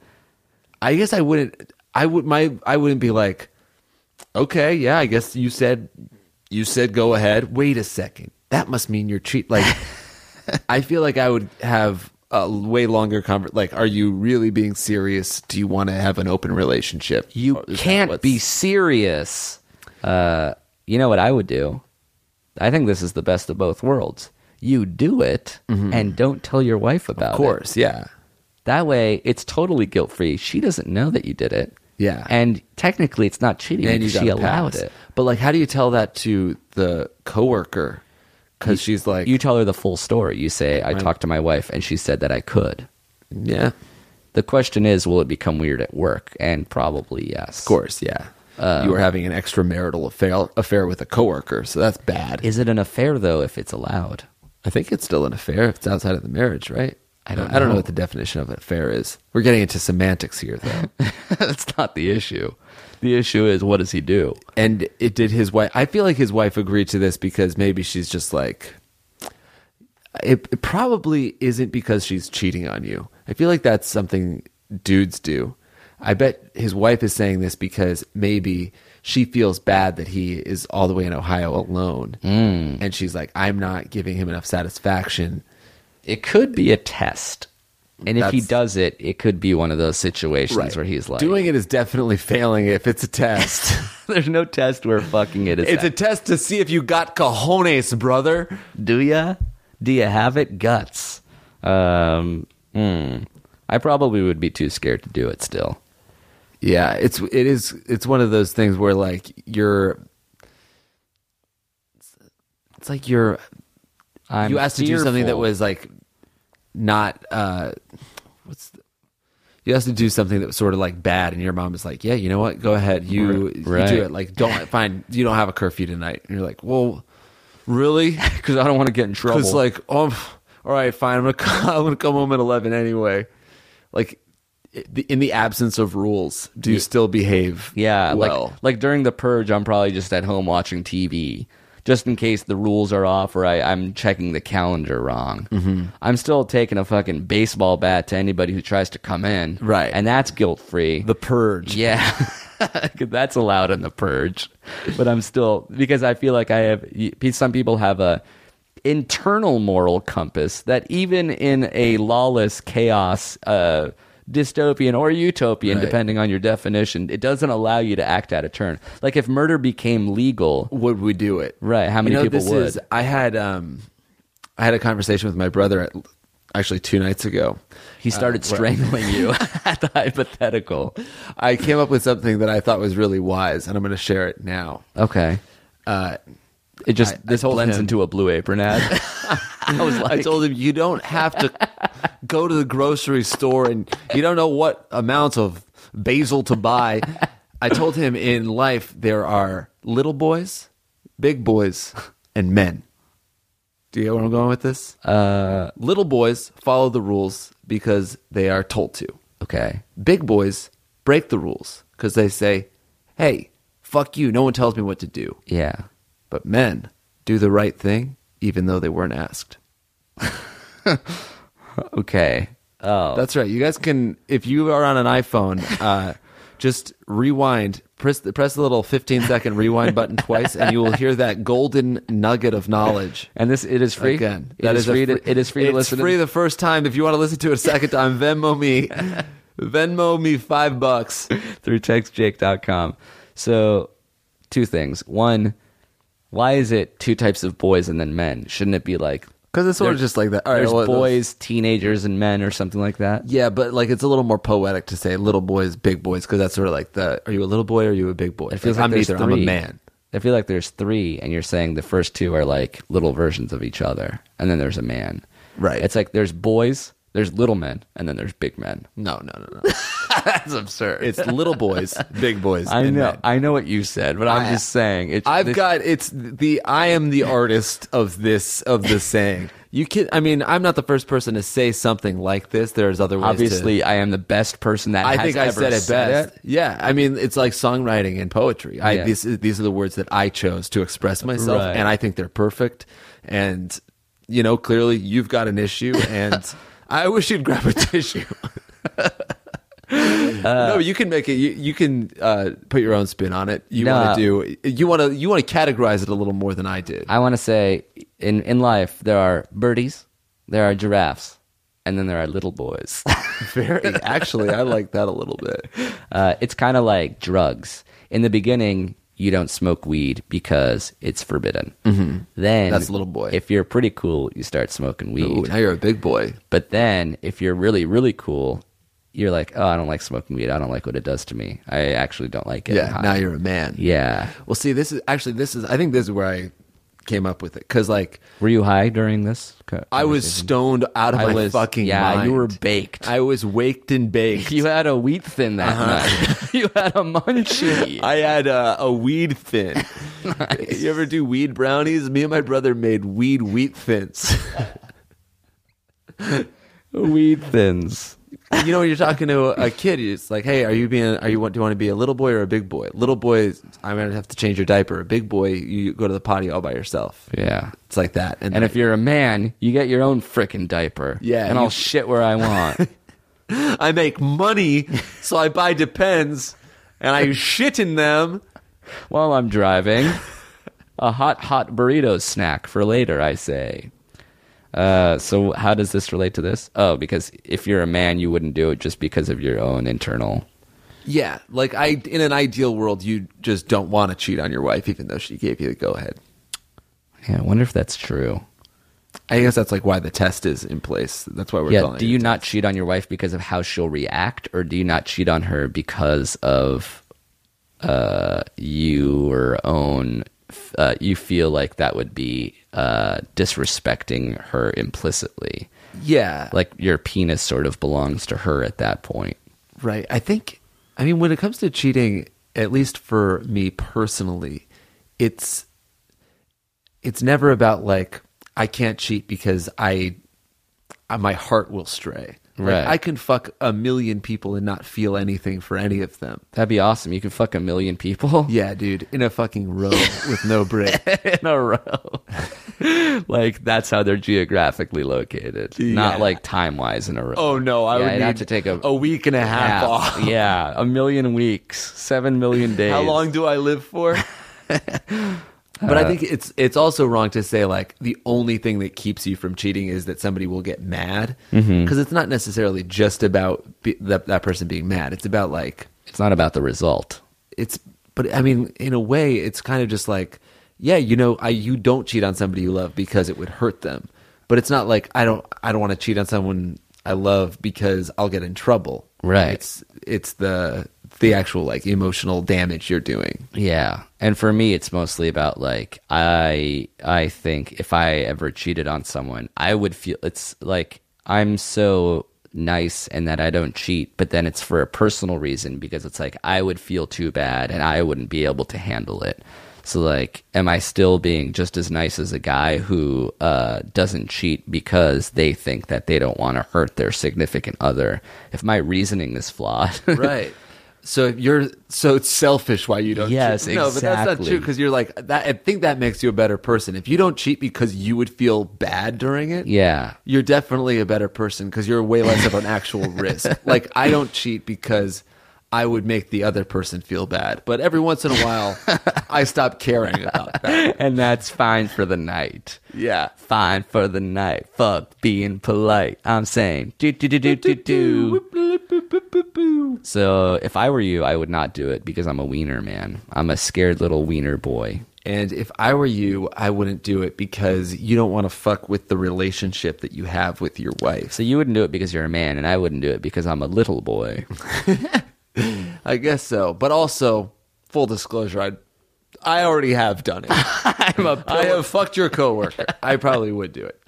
D: I guess I wouldn't. I would my I wouldn't be like, okay, yeah. I guess you said you said go ahead. Wait a second. That must mean you're cheat. Like, I feel like I would have a way longer conver. Like, are you really being serious? Do you want to have an open relationship?
E: You
D: Or is that
E: can't
D: what's-
E: be serious. Uh, you know what I would do? I think this is the best of both worlds. You do it and don't tell your wife about
D: Mm-hmm. Of
E: it.
D: course, yeah.
E: That way, it's totally guilt free. She doesn't know that you did it.
D: Yeah.
E: And technically, it's not cheating
D: And you
E: because she
D: got a
E: allowed
D: pass.
E: it.
D: But like, how do you tell that to the coworker? Because she's like,
E: You tell her the full story. You say, I talked to my wife and she said that I could.
D: yeah, of
E: The question is, will it become weird at work? And probably yes. Of
D: course, yeah. you were having an extramarital affair affair with a coworker, so that's bad.
E: Is it an affair, though, if it's allowed?
D: I think it's still an affair if it's outside of the marriage, right?
E: I don't
D: I don't know
E: know.
D: what the definition of an affair is. We're getting into semantics here, though.
E: That's not the issue. The issue is, what does he do?
D: and it did his wife. I feel like his wife agreed to this because maybe she's just like. It, it probably isn't because she's cheating on you. I feel like that's something dudes do. I bet his wife is saying this because maybe she feels bad that he is all the way in Ohio alone.
E: Hmm.
D: And she's like, I'm not giving him enough satisfaction.
E: It could be a test. And if he
D: That's-
E: does it, it could be one of those situations where he's like,
D: doing it is definitely failing if it's a test.
E: There's no test where fucking it is.
D: it's a test to see if you got cojones, brother.
E: Do ya? Do you have it? Guts. Um, hmm. I probably would be too scared to do it still.
D: Yeah, it's it is it's one of those things where like you're it's like you're
E: I'm
D: you asked to do something that
E: fearful.
D: was like not uh what's the, you asked to do something that was sort of like bad and your mom is like, "Yeah, you know what? Go ahead. You,
E: Right.
D: you do it. Like don't fine, you don't have a curfew tonight." And you're like, "Well, really?"
E: because I don't want to get in trouble.
D: Because like, um, all right, fine. I'm gonna come, I'm gonna come home at eleven anyway. Like, i- the- in the absence of rules, do you still behave?
E: yeah,
D: well,
E: like like during the purge, I'm probably just at home watching TV, just in case the rules are off or I, I'm checking the calendar wrong. Mm-hmm. I'm still taking a fucking baseball bat to anybody who tries to come in,
D: Right.
E: And that's guilt free.
D: the purge.
E: Yeah. 'Cause that's allowed in the purge. But I'm still because I feel like I have y- some people have a internal moral compass that even in a lawless chaos uh dystopian or utopian
D: Right.
E: depending on your definition it doesn't allow you to act out of turn like if murder became legal
D: Would we do it?
E: Right, how many
D: You know,
E: people
D: this
E: would?
D: is- I had um, I had a conversation with my brother at, actually two nights ago.
E: he started
D: Uh,
E: strangling you at the hypothetical
D: I came up with something that I thought was really wise, and I'm going to share it now.
E: okay
D: Uh,
E: it just
D: I- I
E: this
D: told
E: blends
D: him-
E: into a blue apron ad i was like
D: I told him you don't have to go to the grocery store and you don't know what amount of basil to buy. I told him in life there are little boys, big boys, and men. Do you know where I'm going with this? Uh, little boys follow the rules because they are told to.
E: okay
D: Big boys break the rules because they say, hey, fuck you, no one tells me what to do.
E: yeah
D: But men do the right thing even though they weren't asked.
E: okay oh
D: That's right. You guys can, if you are on an iPhone, uh, just rewind, press the, press the little 15 second rewind button twice, and you will hear that golden nugget of knowledge.
E: And this it is free.
D: Again,
E: It is
D: a
E: free.
D: fr-
E: to, it is free to
D: it's
E: listen.
D: free
E: to
D: the first time. If you want to listen to it a second time, Venmo me, Venmo me five bucks.
E: through textjake.com. So, two things. One, why is it two types of boys and then men? Shouldn't it be like
D: Because it's sort of
E: There-
D: just like that. All right,
E: there's
D: well,
E: boys, teenagers, and men, or something like that?
D: Yeah, but like it's a little more poetic to say little boys, big boys, because that's sort of like the are you a little boy or are you a big boy?
E: It feels like
D: I'm
E: there's
D: neither.
E: three.
D: I'm a man.
E: I feel like there's three, and you're saying the first two are like little versions of each other, and then there's a man.
D: Right.
E: It's like there's boys, There's little men and then there's big men.
D: No, no, no, no.
E: That's absurd.
D: It's little boys, big boys.
E: I
D: and
E: know.
D: men.
E: I know what you said, but I'm
D: I-
E: just saying. It,
D: I've
E: this-
D: got it's the I am the artist of this of this saying. You can I mean I'm not the first person to say something like this. There's other ways. to-
E: Obviously, I am the best person that
D: I
E: has
D: think I
E: ever
D: said it
E: said
D: best.
E: it.
D: Yeah, I mean it's like songwriting and poetry. I
E: Yeah.
D: these these are the words that I chose to express myself,
E: Right.
D: and I think they're perfect. And you know, clearly you've got an issue, and I wish you'd grab a tissue.
E: Uh,
D: no, you can make it. You, you can uh, put your own spin on it. You
E: No.
D: want to do. You want to. You want to categorize it a little more than I did.
E: I want to say in, in life, there are birdies, there are giraffes, and then there are little boys.
D: Very actually, I like that a little bit.
E: Uh, it's kind of like drugs. In the beginning, you don't smoke weed because it's forbidden. Mm-hmm. Then
D: That's little boy.
E: If you're pretty cool, you start smoking weed.
D: Ooh, now you're a big boy.
E: But then, if you're really, really cool, you're like, oh, I don't like smoking weed. I don't like what it does to me. I actually don't like it.
D: yeah, now you're a man.
E: Yeah.
D: Well, see, this is actually this is I think this is where I came up with it because like
E: Were you high during this? co-
D: I was
E: conversation?
D: stoned out of
E: I
D: my
E: was-
D: fucking
E: yeah, you were
D: mind.
E: baked. Uh-huh.
D: I was waked and baked.
E: you had a wheat thin that night. you had a munchie.
D: I had uh, a weed thin. You ever do weed brownies? Me and my brother made weed wheat thins.
E: wheat thins.
D: you know, when you're talking to a kid, it's like, hey, are you being, are you want, do you want to be a little boy or a big boy? Little boy, I'm gonna have to change your diaper. A big boy, you go to the potty all by yourself.
E: Yeah.
D: It's like that.
E: And if you're a man, you get your own frickin' diaper.
D: Yeah,
E: And
D: you-
E: I'll shit where I want.
D: I make money, so I buy Depends, and I shit in them.
E: while I'm driving. A hot, hot burrito snack for later, I say. Uh, so, how does this relate to this? Oh, because if you're a man, you wouldn't do it just because of your own internal.
D: Yeah, like I in an ideal world, you just don't want to cheat on your wife, even though she gave you the go ahead.
E: Yeah, I wonder if that's true.
D: I guess that's like why the test is in place. That's why we're
E: yeah,
D: calling
E: do
D: it a
E: you
D: test.
E: not cheat on your wife because of how she'll react, or do you not cheat on her because of uh, your own? f- Uh, you feel like that would be uh, disrespecting her implicitly.
D: Yeah,
E: like your penis sort of belongs to her at that point.
D: Right. I think, I mean, when it comes to cheating, at least for me personally, it's it's never about like I can't cheat because I uh, my heart will stray. Like,
E: Right.
D: I can fuck a million people and not feel anything for any of them.
E: That'd be awesome. You could fuck a million people
D: Yeah, dude, in a fucking row with no break.
E: in a row. like that's how they're geographically located,
D: Yeah.
E: not like time wise in a row.
D: Oh no, I
E: Yeah,
D: would
E: I'd
D: need
E: have to take a,
D: a week and a
E: half.
D: half off.
E: yeah, a million weeks, seven million days.
D: How long do I live for? but
E: Uh,
D: I think it's it's also wrong to say like the only thing that keeps you from cheating is that somebody will get mad because
E: Mm-hmm.
D: it's not necessarily just about be, that that person being mad. It's about like
E: It's not about the result.
D: it's but I mean in a way it's kind of just like yeah you know I you don't cheat on somebody you love because it would hurt them. But it's not like I don't I don't want to cheat on someone I love because I'll get in trouble.
E: Right.
D: It's it's the the actual like emotional damage you're doing.
E: Yeah. And for me it's mostly about like I I think if I ever cheated on someone, I would feel it's like I'm so nice and that I don't cheat, but then it's for a personal reason because it's like I would feel too bad and I wouldn't be able to handle it. So like am I still being just as nice as a guy who uh doesn't cheat because they think that they don't want to hurt their significant other? If my reasoning is flawed.
D: right so if you're so it's selfish why you don't
E: Yes,
D: cheat. no but that's not
E: exactly.
D: true because you're like that i think that makes you a better person if you don't cheat because you would feel bad during it
E: yeah.
D: you're definitely a better person because you're way less of an actual risk like i don't cheat because i would make the other person feel bad but every once in a while i stop caring about that
E: and that's fine for the night.
D: yeah
E: Fine for the night. Fuck being polite. I'm saying do do do do do do. So if I were you, I would not do it because I'm a wiener man. I'm a scared little wiener boy.
D: And if I were you, I wouldn't do it because you don't want to fuck with the relationship that you have with your wife.
E: So you wouldn't do it because you're a man, and I wouldn't do it because I'm a little boy.
D: I guess so. But also, full disclosure, I I already have done it. I'm a I have fucked your coworker. I probably would do it.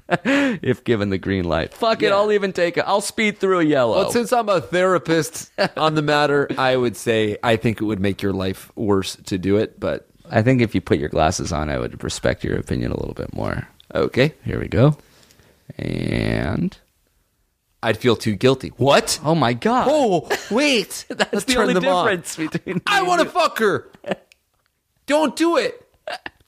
E: if given the green light. Fuck it, I'll even take it. I'll speed through a yellow.
D: But since I'm a therapist on the matter, I would say I think it would make your life worse to do it. But
E: I think if you put your glasses on, I would respect your opinion a little bit more.
D: okay,
E: Here we go. And
D: I'd feel too guilty. What?
E: oh my god,
D: Oh, wait.
E: that's
D: Let's
E: the
D: turn
E: only
D: them on.
E: difference between.
D: I
E: me
D: want to
E: and
D: fuck her. Don't do it.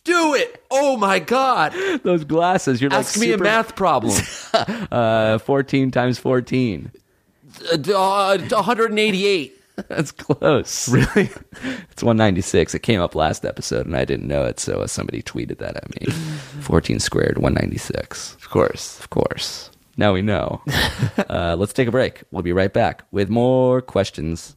D: Do it. Oh my god.
E: you. those glasses. You're
D: Ask
E: like
D: me a
E: super-
D: math problem.
E: Uh, fourteen times fourteen.
D: Uh, d- uh, 188.
E: That's close. Really? it's 196. It came up last episode and I didn't know it, so uh, somebody tweeted that at me. 14 squared, 196.
D: Of course.
E: Of course. Now we know. uh, let's take a break. We'll be right back with more questions.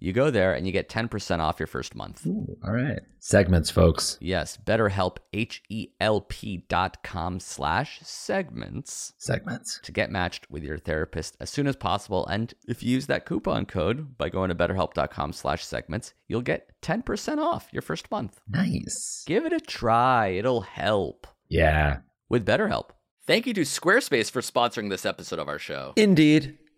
E: You go there and you get 10% off your first month.
F: Ooh, all right. Segments, folks.
E: Yes, betterhelp, H-E-L-P dot com slash segments
F: Segments.
E: to get matched with your therapist as soon as possible. And if you use that coupon code by going to betterhelp.com slash segments, you'll get 10% off your first month.
F: Nice.
E: Give it a try. It'll help
F: Yeah.
E: with BetterHelp. Thank you to Squarespace for sponsoring this episode of our show.
D: Indeed.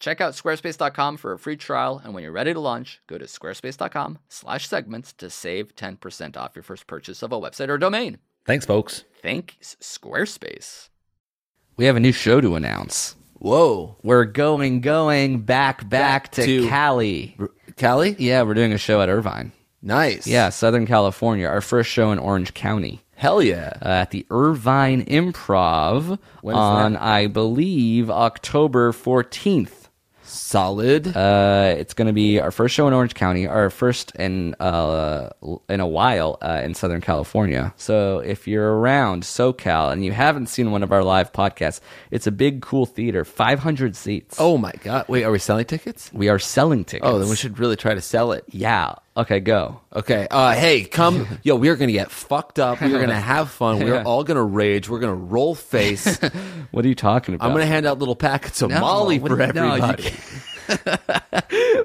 E: check out squarespace.com for a free trial. And when you're ready to launch, go to squarespace.com slash segments to save 10% off your first purchase of a website or domain.
D: Thanks, folks.
E: Thanks, Squarespace. We have a new show to announce.
D: Whoa.
E: We're going, going back, back,
D: Back
E: to,
D: to-
E: Cali.
D: Callie?
E: Yeah, we're doing a show at Irvine.
D: Nice.
E: Yeah, Southern California. Our first show in Orange County
D: Hell yeah.
E: uh, at the Irvine Improv
D: is
E: on,
D: that?
E: I believe, October 14th.
D: Solid.
E: Uh, it's going to be our first show in Orange County, our first in uh, in a while uh, in Southern California. So if you're around SoCal and you haven't seen one of our live podcasts, it's a big, cool theater, 500 seats.
D: oh my god! Wait, are we selling tickets?
E: we are selling tickets.
D: Oh, then we should really try to sell it.
E: Yeah. Okay, go.
D: Okay. Uh, hey, come. Yo, we are going to get fucked up. We are going to have fun. We're all going to rage. We're going to roll face.
E: What are you talking about?
D: I'm going to hand out little packets of
E: No,
D: Molly
E: what-
D: for
E: no, you
D: everybody.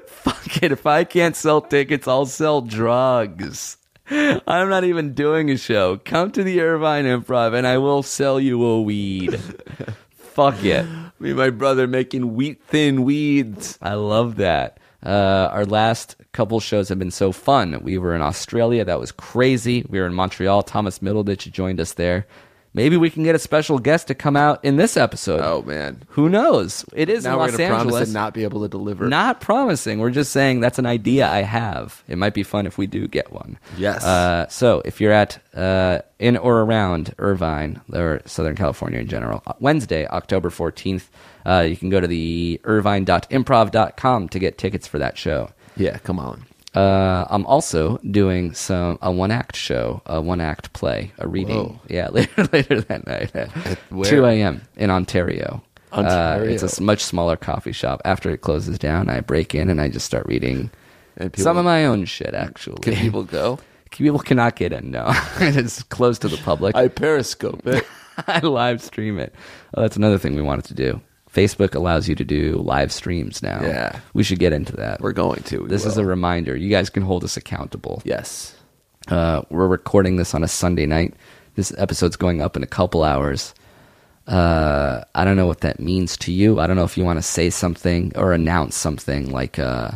E: fuck it. If I can't sell tickets, I'll sell drugs. I'm not even doing a show. Come to the Irvine Improv and I will sell you a weed. fuck it.
D: Me and my brother making wheat thin weeds.
E: I love that. Uh, our last couple shows have been so fun. We were in Australia. That was crazy. We were in Montreal. Thomas Middleditch joined us there. Maybe we can get a special guest to come out in this episode.
D: Oh, man.
E: Who knows? It is
D: Now
E: in
D: we're
E: Los
D: gonna promise
E: Angeles.
D: and not be able to deliver.
E: Not promising. We're just saying that's an idea I have. It might be fun if we do get one.
D: Yes.
E: Uh, so if you're at uh, in or around Irvine or Southern California in general, uh, Wednesday, October 14th, uh, you can go to the irvine.improv.com to get tickets for that show.
D: yeah, come on.
E: Uh, I'm also doing some a one act show, a one act play, a reading.
D: Whoa.
E: Yeah, later later that night,
D: where?
E: two a.m. in Ontario. Uh,
D: Ontario.
E: it's a s- much smaller coffee shop. After it closes down, I break in and I just start reading
D: And people-
E: some of my own shit. Actually,
D: Can people go?
E: people cannot get in. No, it's closed to the public.
D: I periscope it.
E: I live stream it. Oh, that's another thing we wanted to do. Facebook allows you to do live streams now.
D: Yeah.
E: we should get into that.
D: We're going to. We
E: This is
D: will.
E: a reminder. You guys can hold us accountable.
D: Yes.
E: Uh, we're recording this on a Sunday night. This episode's going up in a couple hours. Uh, I don't know what that means to you. I don't know if you want to say something or announce something like, uh,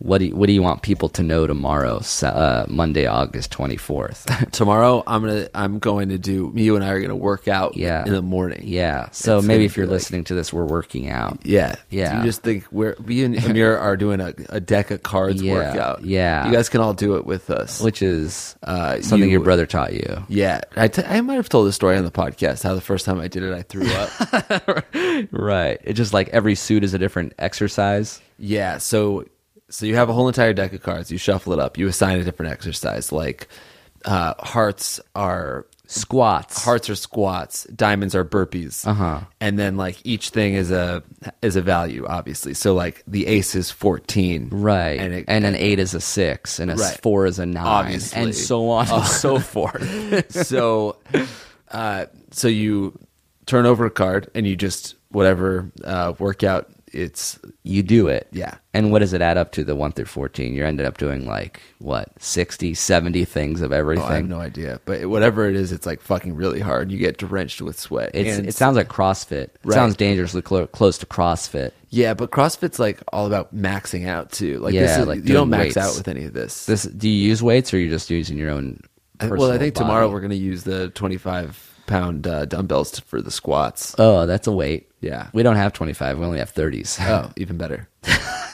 E: what do you, what do you want people to know tomorrow, Sa- uh, Monday, August twenty fourth?
D: Tomorrow I'm gonna I'm going to do you and I are gonna work out
E: yeah,
D: in the morning.
E: Yeah. So
D: It's
E: maybe
D: gonna
E: if you're
D: be like-
E: listening to this, we're working out.
D: Yeah,
E: Yeah.
D: You just think we're me and Amir are doing a, a deck of cards
E: Yeah,
D: workout.
E: yeah.
D: you guys can all do it with us.
E: which is
D: Uh,
E: something
D: you-
E: your brother taught you.
D: yeah, I, t- I might have told the story on the podcast how the first time I did it I threw up.
E: Right. It's just like every suit is a different exercise.
D: yeah, so so you have a whole entire deck of cards. You shuffle it up. You assign a different exercise. Like uh, hearts are
E: Squats.
D: hearts are squats, diamonds are burpees. Uh-huh. And then like each thing is a is a value obviously. So like the ace is 14.
E: Right.
D: And
E: And,
D: it,
E: an eight is a six, and a s-
D: Right.
E: four is a nine,
D: Obviously.
E: and so on and so forth.
D: so uh, so you turn over a card and you just whatever uh, workout it's
E: You do it.
D: Yeah.
E: And what does it add up to, the one through 14? You're ended up doing like, what, 60, 70 things of everything?
D: oh, I have no idea, but whatever it is, it's like fucking really hard. You get drenched with sweat.
E: it's,
D: And-
E: it sounds like CrossFit. It
D: Right.
E: sounds dangerously clo- close to CrossFit.
D: yeah, but CrossFit's like all about maxing out too. Like this
E: Yeah,
D: is,
E: like
D: you
E: doing
D: don't max
E: weights.
D: out with any of this.
E: This, do you use weights or are you just using your own?
D: I- well,
E: personal
D: I think
E: body?
D: tomorrow we're going to use the twenty-five pound uh, dumbbells to, for the squats.
E: Oh, that's a weight.
D: Yeah.
E: We don't have 25. We only have 30s.
D: oh, even better.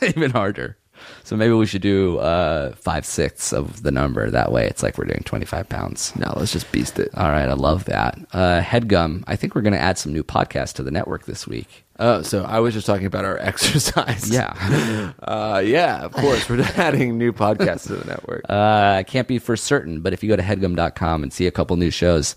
E: even harder. So maybe we should do uh, five sixths of the number. That way, it's like we're doing twenty five pounds.
D: No, let's just beast it.
E: All right, I love that. Uh, Headgum, I think we're going to add some new podcasts to the network this week.
D: Oh, so I was just talking about our exercise.
E: Yeah.
D: uh, yeah, of course. We're adding new podcasts to the network.
E: Uh, can't be for certain, but if you go to headgum.com and see a couple new shows,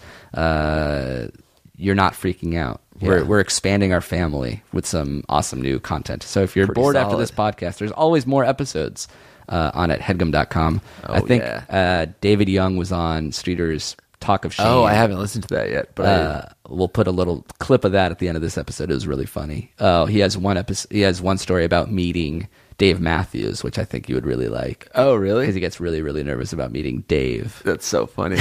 E: uh, you're not freaking out. We're,
D: Yeah.
E: we're expanding our family with some awesome new content. So if you're
D: Pretty
E: bored after
D: solid.
E: this podcast, there's always more episodes uh, on at headgum.com. I
D: Oh,
E: think
D: yeah.
E: uh, David Young was on Streeter's Talk of Shame.
D: oh, I haven't listened to that yet, but
E: Uh, we'll put a little clip of that at the end of this episode. It was really funny. Oh, he has one episode. He has one story about meeting Dave Matthews, which I think you would really like.
D: I, oh, really?
E: because he gets really, really nervous about meeting Dave.
D: That's so funny.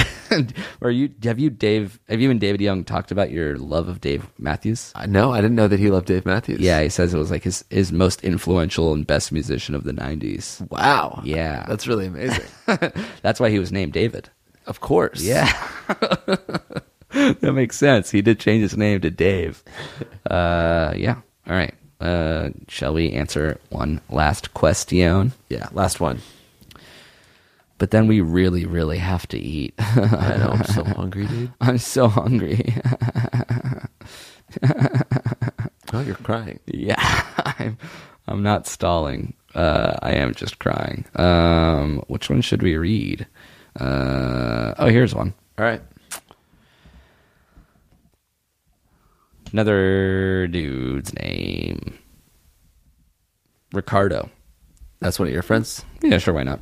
E: Or you have you Dave? Have you and David Young talked about your love of Dave Matthews?
D: I- Uh, no, I didn't know that he loved Dave Matthews.
E: Yeah, he says it was like his his most influential and best musician of the '90s.
D: Wow.
E: Yeah.
D: That's really amazing.
E: That's why he was named David.
D: of course.
E: Yeah. that makes sense. He did change his name to Dave. Uh, yeah. All right. Uh, shall we answer one last question?
D: Yeah. Last one.
E: But then we really, really have to eat.
D: I know. I'm so hungry, dude.
E: I'm so hungry.
D: Oh, you're crying.
E: yeah. I'm, I'm not stalling. Uh, I am just crying. Um, which one should we read? Uh, oh, here's one.
D: All right.
E: Another dude's name Ricardo.
D: That's one of your friends.
E: Yeah, sure, why not?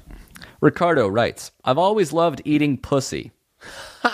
E: Ricardo writes I've always loved eating pussy.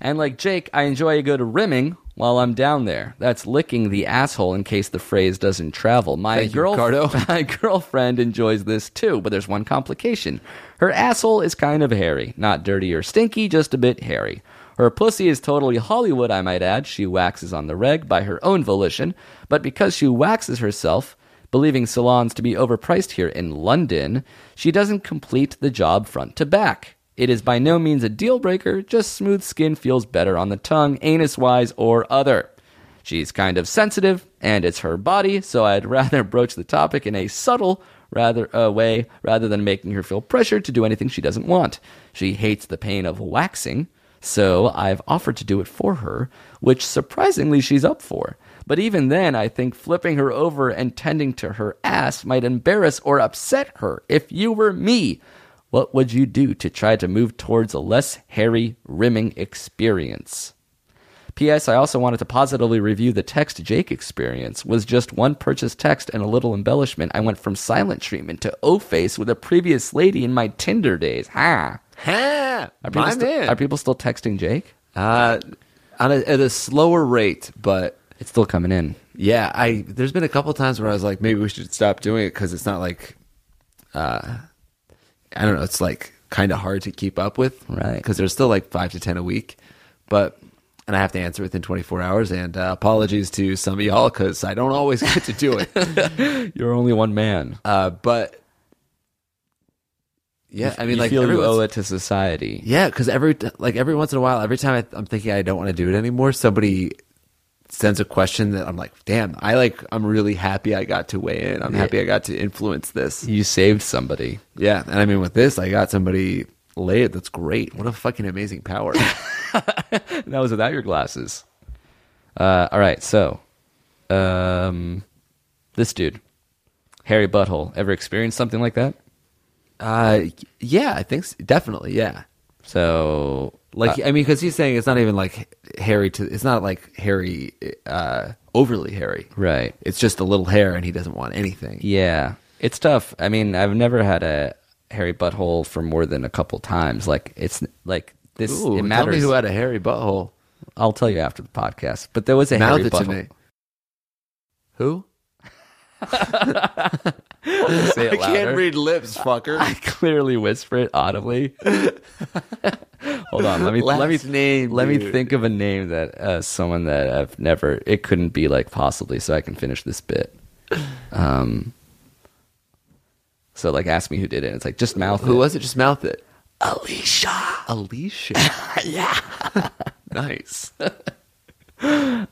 E: and like Jake, I enjoy a good rimming while I'm down there. That's licking the asshole in case the phrase doesn't travel. My,
D: Thank you, Ricardo.
E: my girlfriend enjoys this too, but there's one complication. Her asshole is kind of hairy. Not dirty or stinky, just a bit hairy. Her pussy is totally Hollywood, I might add. She waxes on the reg by her own volition, but because she waxes herself, believing salons to be overpriced here in London, she doesn't complete the job front to back. It is by no means a deal breaker, just smooth skin feels better on the tongue, anus wise or other. She's kind of sensitive, and it's her body, so I'd rather broach the topic in a subtle rather uh, way rather than making her feel pressured to do anything she doesn't want. She hates the pain of waxing, so I've offered to do it for her, which surprisingly she's up for. But even then, I think flipping her over and tending to her ass might embarrass or upset her. If you were me, what would you do to try to move towards a less hairy, rimming experience? P.S. I also wanted to positively review the text Jake experience. Was just one purchase text and a little embellishment. I went from silent treatment to O face with a previous lady in my Tinder days. Ha!
D: Ha!
E: Are people,
D: My
E: sti-
D: man.
E: are people still texting Jake?
D: uh, on a, at a slower rate, but
E: It's still coming in.
D: yeah, I there's been a couple times where I was like, maybe we should stop doing it because it's not like, uh, I don't know, it's like kind of hard to keep up with,
E: Right.
D: Because there's still like five to ten a week, but and I have to answer within 24 hours. And uh, apologies to some of y'all because I don't always get to do it.
E: You're only one man.
D: Uh, but yeah, I
E: you
D: mean, like
E: feel
D: every
E: you
D: once-
E: owe it to society.
D: Yeah, because every t- like every once in a while, every time I, I'm thinking I don't want to do it anymore, somebody sends a question that I'm like, damn, I like I'm really happy I got to weigh in. I'm happy I got to influence this.
E: You saved somebody.
D: Yeah, and I mean with this, I got somebody laid. That's great. What a fucking amazing power.
E: That was without your glasses. Uh, all right, so um, this dude, Harry Butthole, ever experienced something like that?
D: uh, yeah, I think s definitely. Yeah,
E: So, uh,
D: like I mean, because he's saying it's not even like hairy to. It's not like hairy, uh, overly hairy.
E: right,
D: It's just a little hair, and he doesn't want anything.
E: yeah, it's tough. I mean, I've never had a hairy butthole for more than a couple times. Like it's like this.
D: Ooh,
E: it matters.
D: Tell me who had a hairy butthole.
E: I'll tell you after the podcast. But there was a
D: Mouth
E: hairy
D: it to
E: butthole.
D: me. Who?
E: Say it louder.
D: read lips, fucker.
E: I clearly whisper it audibly. Hold on, let me let me
D: Last name,
E: Let me
D: dude.
E: think of a name that uh, someone that I've never. It couldn't be like possibly, so I can finish this bit. Um. So like, ask me who did it. It's like just mouth.
D: Who
E: it.
D: was it? Just mouth it.
E: Alicia?
D: Alicia. yeah. nice.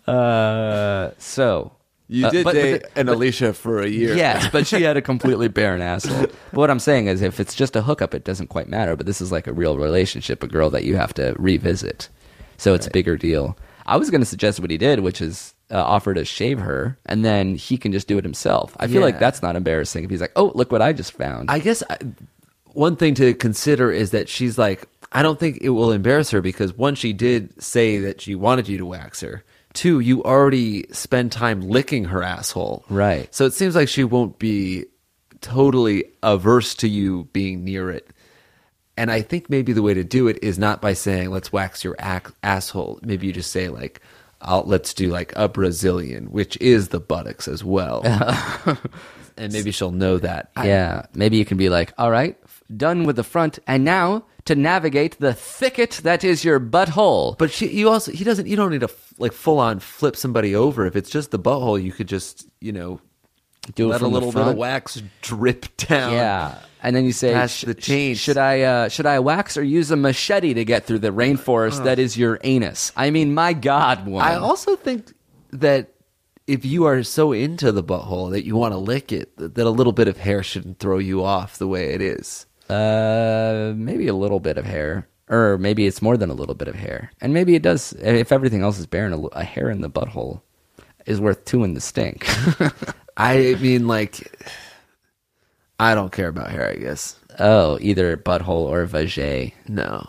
E: Uh, so
D: You
E: Uh,
D: did
E: but- but
D: date
E: the-
D: an Alicia for a year.
E: Yes, but she had a completely barren asshole. But what I'm saying is, if it's just a hookup, it doesn't quite matter. But this is like a real relationship, a girl that you have to revisit. So it's a bigger deal. I was going to suggest what he did, which is uh, offer to shave her, and then he can just do it himself. I feel like
D: Yeah.
E: that's not embarrassing if he's like, "Oh, look what I just found."
D: I guess I, one thing to consider is that she's like, I don't think it will embarrass her because one, she did say that she wanted you to wax her. Two, you already spend time licking her asshole.
E: Right.
D: So it seems like she won't be totally averse to you being near it. And I think maybe the way to do it is not by saying, let's wax your ac- asshole. Maybe you just say, like, I'll, let's do like a Brazilian, which is the buttocks as well. and maybe she'll know that. I-
E: yeah, maybe you can be like, "All right, f- done with the front, and now to navigate the thicket that is your butthole."
D: But she, you also he doesn't. You don't need to f- like full on flip somebody over. If it's just the butthole, you could just you know
E: Do it
D: let a
E: from the
D: little bit of
E: front.
D: wax drip down.
E: Yeah, and then you say,
D: Past
E: sh-
D: the
E: sh-
D: taint.
E: "Should I uh, should I wax or use a machete to get through the rainforest that is your anus?" I mean, my God, woman.
D: I also think that if you are so into the butthole that you want to lick it, th- that a little bit of hair shouldn't throw you off the way it is.
E: uh, maybe a little bit of hair, or maybe it's more than a little bit of hair, and maybe it does. If everything else is barren, a, l- a hair in the butthole. is worth two in the stink.
D: I mean, like, I don't care about hair. I guess
E: oh, either butthole or vajay.
D: no.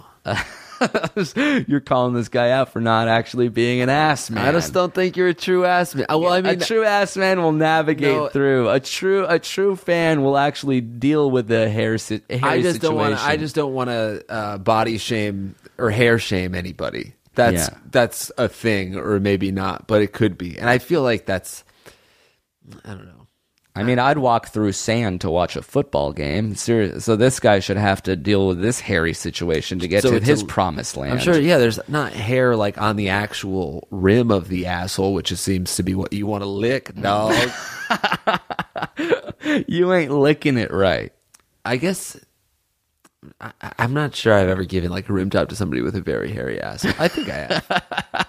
E: You're calling this guy out for not actually being an ass man.
D: I just don't think you're a true ass man. Uh, Well, I
E: a
D: mean,
E: true ass man will navigate
D: No.
E: through. A true a true fan will actually deal with the hair, si- hair
D: I just
E: situation.
D: don't want. I just don't want to uh, body shame or hair shame anybody. That's
E: Yeah.
D: that's a thing, or maybe not, but it could be. And I feel like that's. I don't know.
E: I mean, I'd walk through sand to watch a football game. Ser- So this guy should have to deal with this hairy situation to get
D: So
E: to
D: it's
E: his
D: a-
E: promised land.
D: I'm sure. Yeah, there's not hair like on the actual rim of the asshole, which it seems to be what you want to lick, dog.
E: you ain't licking it right.
D: I guess. I, I- I'm not sure I've ever given like a rim job to somebody with a very hairy ass. I think I have.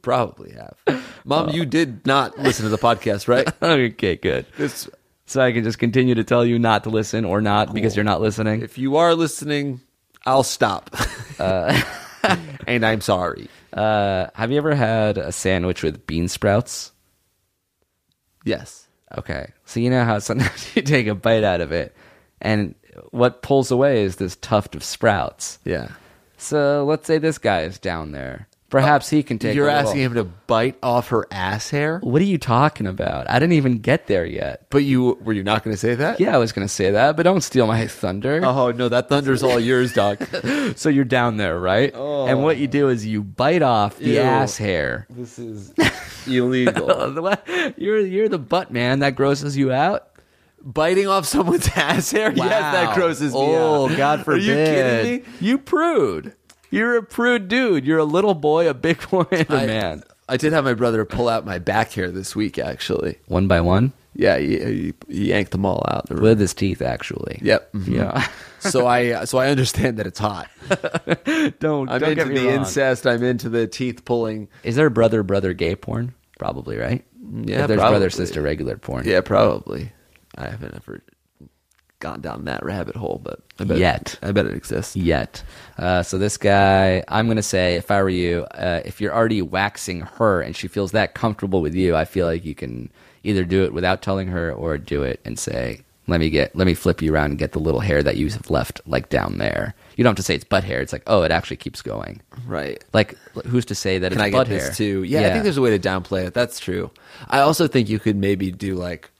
D: Probably have. Mom, you did not listen to the podcast, right?
E: Okay, good.
D: It's-
E: So I can just continue to tell you not to listen or not because you're not listening.
D: if you are listening, I'll stop. and I'm sorry.
E: Uh, have you ever had a sandwich with bean sprouts?
D: Yes.
E: Okay. So you know how sometimes you take a bite out of it, and what pulls away is this tuft of sprouts.
D: Yeah.
E: So let's say this guy is down there. Perhaps he can take.
D: You're
E: a little-
D: asking him to bite off her ass hair?
E: What are you talking about? I didn't even get there yet.
D: But you were you not going to say that?
E: Yeah, I was gonna say that, but don't steal my thunder.
D: Oh no, that thunder's all yours, dog.
E: So you're down there, right? And what you do is you bite off the
D: Ew.
E: ass hair.
D: this is illegal.
E: you're you're the butt man that grosses you out.
D: Biting off someone's ass hair? Yes, that
E: Wow.
D: grosses me
E: Oh,
D: out.
E: God
D: Are
E: forbid.
D: you kidding me?
E: You prude. You're a prude dude. You're a little boy, a big boy, and a
D: I-
E: man.
D: I did have my brother pull out my back hair this week, actually.
E: One by one,
D: Yeah, he, he, he yanked them all out. They were-
E: with his teeth, actually.
D: Yep. mm-hmm.
E: Yeah.
D: so I so I understand that it's hot.
E: don't
D: I'm
E: don't
D: into
E: get me
D: the
E: wrong.
D: incest. I'm into the teeth pulling.
E: Is there brother brother gay porn? Probably, right?
D: yeah,
E: If there's brother
D: probably.
E: sister regular porn.
D: Yeah, probably. I haven't ever gone down that rabbit hole, but I bet
E: Yet.
D: I bet it exists.
E: Yet. Uh, so this guy, I'm gonna say, if I were you, uh, if you're already waxing her and she feels that comfortable with you, I feel like you can either do it without telling her or do it and say, "Let me get, let me flip you around and get the little hair that you have left like down there." You don't have to say it's butt hair. It's like, oh, it actually keeps going.
D: Right.
E: Like, who's to say that
D: Can
E: it's
D: I
E: butt
D: get
E: hair
D: this too? Yeah, I think there's a way to downplay it. That's true. I also think you could maybe do like,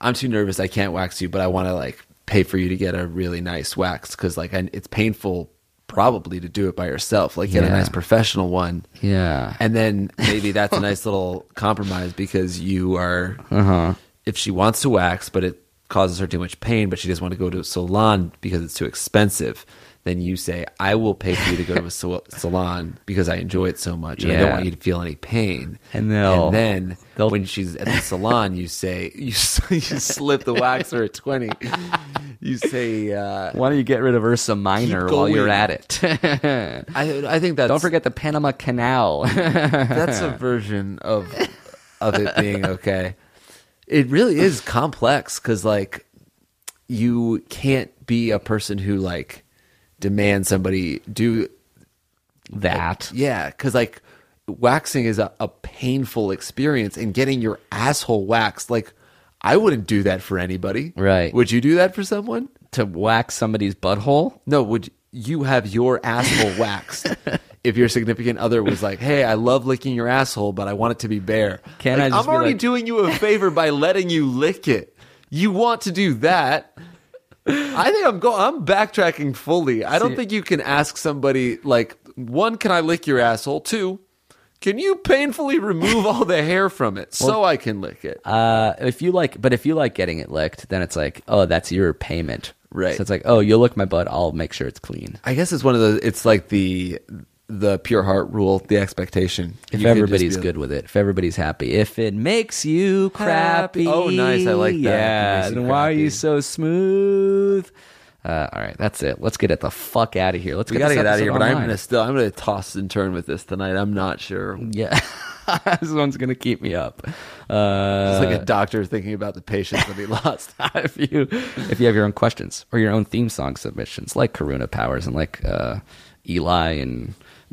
D: I'm too nervous. I can't wax you, but I want to like pay for you to get a really nice wax because like I, it's painful probably to do it by yourself. Like get a
E: Yeah.
D: nice professional one.
E: yeah.
D: And then maybe that's a nice little compromise because you are,
E: Uh-huh.
D: if she wants to wax, but it causes her too much pain, but she doesn't want to go to a salon because it's too expensive, then you say, I will pay for you to go to a sal- salon because I enjoy it so much and I don't
E: Yeah.
D: want you to feel any pain.
E: And they'll-
D: then
E: they'll-
D: when she's at the salon, you say, you, s- you slip the waxer a 20. You say, uh,
E: Why don't you get rid of Ursa Minor while you're
D: going.
E: at it?
D: I, I think that's.
E: Don't forget the Panama Canal.
D: That's a version of of it being okay. It really is complex because like you can't be a person who like demands somebody do
E: that.
D: yeah because like waxing is a, a painful experience and getting your asshole waxed like I wouldn't do that for anybody
E: Right.
D: would you do that for someone
E: To wax somebody's butthole?
D: no, would you have your asshole waxed if your significant other was like, "Hey, I love licking your asshole, but I want it to be bare."
E: Can
D: Like,
E: I just
D: I'm
E: be
D: already
E: like-
D: doing you a favor by letting you lick it. You want to do that? I think I'm go. I'm backtracking fully. I don't think you can ask somebody like, one, can I lick your asshole? Two, can you painfully remove all the hair from it so I can lick it?
E: Uh, if you like, but if you like getting it licked, then it's like, oh, that's your payment,
D: Right.
E: So it's like, oh, you'll lick my butt, I'll make sure it's clean.
D: I guess it's one of the. It's like the the pure heart rule, the expectation.
E: If
D: You could just
E: everybody's
D: be-
E: good with it, if everybody's happy, if it makes you crappy,
D: Oh, nice. I like that. It
E: Yeah,
D: makes you
E: then why are you
D: crappy.
E: so smooth? Uh, all right, that's it. Let's get it the fuck out of here. Let's
D: We
E: got
D: gotta
E: to
D: get out of here, but I'm gonna still I'm gonna toss and turn with this tonight. I'm not sure. It's
E: yeah, this one's gonna keep me up. Uh,
D: like a doctor thinking about the patients that he lost.
E: if you if you have your own questions or your own theme song submissions, like Karuna Powers and like uh, Eli and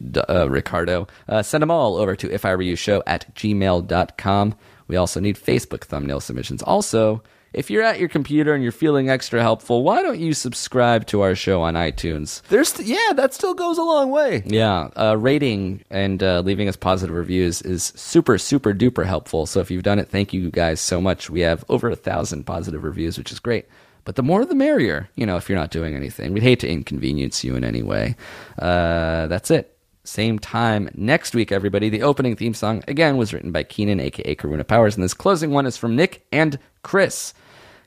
E: D- uh, Ricardo, uh, send them all over to if I were you show at gmail.com. We also need Facebook thumbnail submissions. Also, if you're at your computer and you're feeling extra helpful, why don't you subscribe to our show on iTunes?
D: There's yeah, that still goes a long way.
E: Yeah, uh, rating and uh, leaving us positive reviews is super, super duper helpful. So if you've done it, thank you guys so much. We have over a thousand positive reviews, which is great. But the more, the merrier. You know, if you're not doing anything, we'd hate to inconvenience you in any way. Uh, that's it. Same time next week, everybody. The opening theme song again was written by Keenan, aka Karuna Powers, and this closing one is from Nick and Chris.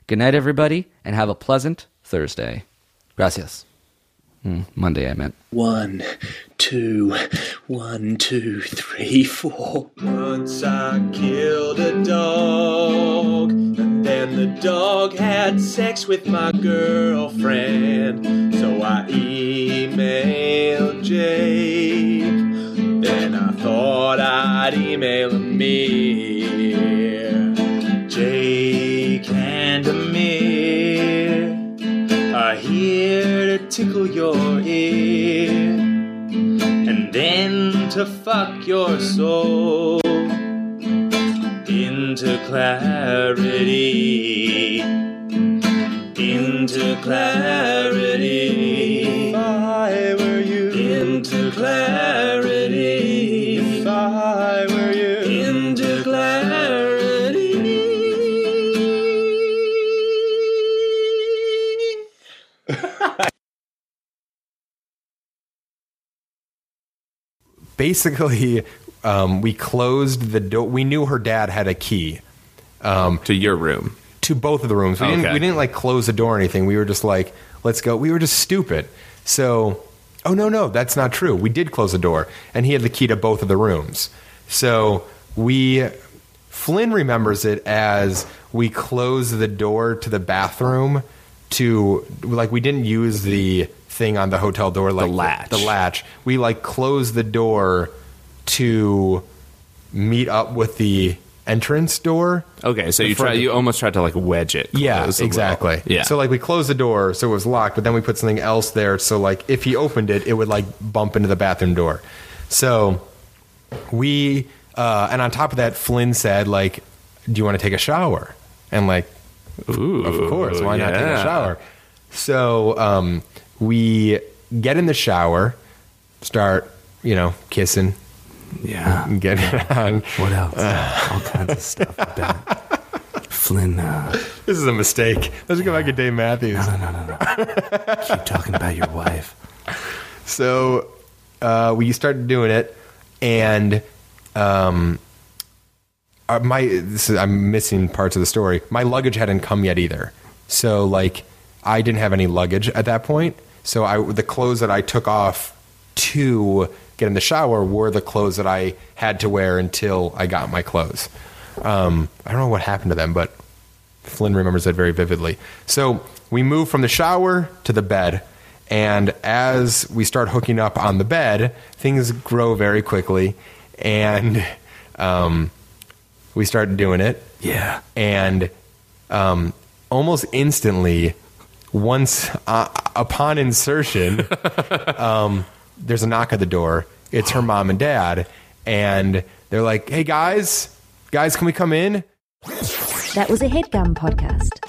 E: Good night, everybody, and have a pleasant Thursday. Gracias. Hmm, Monday, I meant.
G: One, two, one, two, three, four. Once I killed a dog, and then the dog had sex with my girlfriend. So I emailed Jake, then I thought I'd email Amir. Jake and Amir are here to tickle your ear and then to fuck your soul into clarity. Into clarity. If I were you. Into clarity. If I were you. Into clarity.
H: basically um, we closed the door we knew her dad had a key
I: to your room.
H: to both of the rooms we, didn't,
I: Okay.
H: we didn't like close the door or anything we were just like let's go we were just stupid so oh no no that's not true we did close the door and he had the key to both of the rooms so we flynn remembers it as we closed the door to the bathroom to like we didn't use the thing on the hotel door like
I: latch.
H: the latch we like closed the door to meet up with the entrance door.
I: Okay, so
H: The
I: you try.
H: front-
I: You almost tried to like wedge it.
H: Yeah,
I: close a little.
H: exactly.
I: Yeah.
H: So like we closed the door, so it was locked, but then we put something else there, so like if he opened it, it would like bump into the bathroom door. So we uh, and on top of that, Flynn said like, "Do you want to take a shower?" And like, of course, why not take a
I: yeah.
H: shower? So um, we get in the shower, start you know kissing,
J: Yeah.
H: and get it on.
J: What else? All kinds of stuff. I bet. Flynn, uh,
H: This is a mistake. Let's go back to Dave Matthews.
J: no, no, no, no. Keep talking about your wife.
H: So uh, we started doing it, and um, uh, my this is, I'm missing parts of the story. My luggage hadn't come yet either, so like I didn't have any luggage at that point. So I the clothes that I took off to get in the shower were the clothes that I had to wear until I got my clothes. Um, I don't know what happened to them, but Flynn remembers that very vividly. So we move from the shower to the bed. And as we start hooking up on the bed, things grow very quickly. And um, we start doing it.
J: Yeah.
H: And um, almost instantly, once uh, upon insertion, um, there's a knock at the door. It's her mom and dad. And they're like, hey, guys, guys, can we come in?
K: That was a headgum podcast.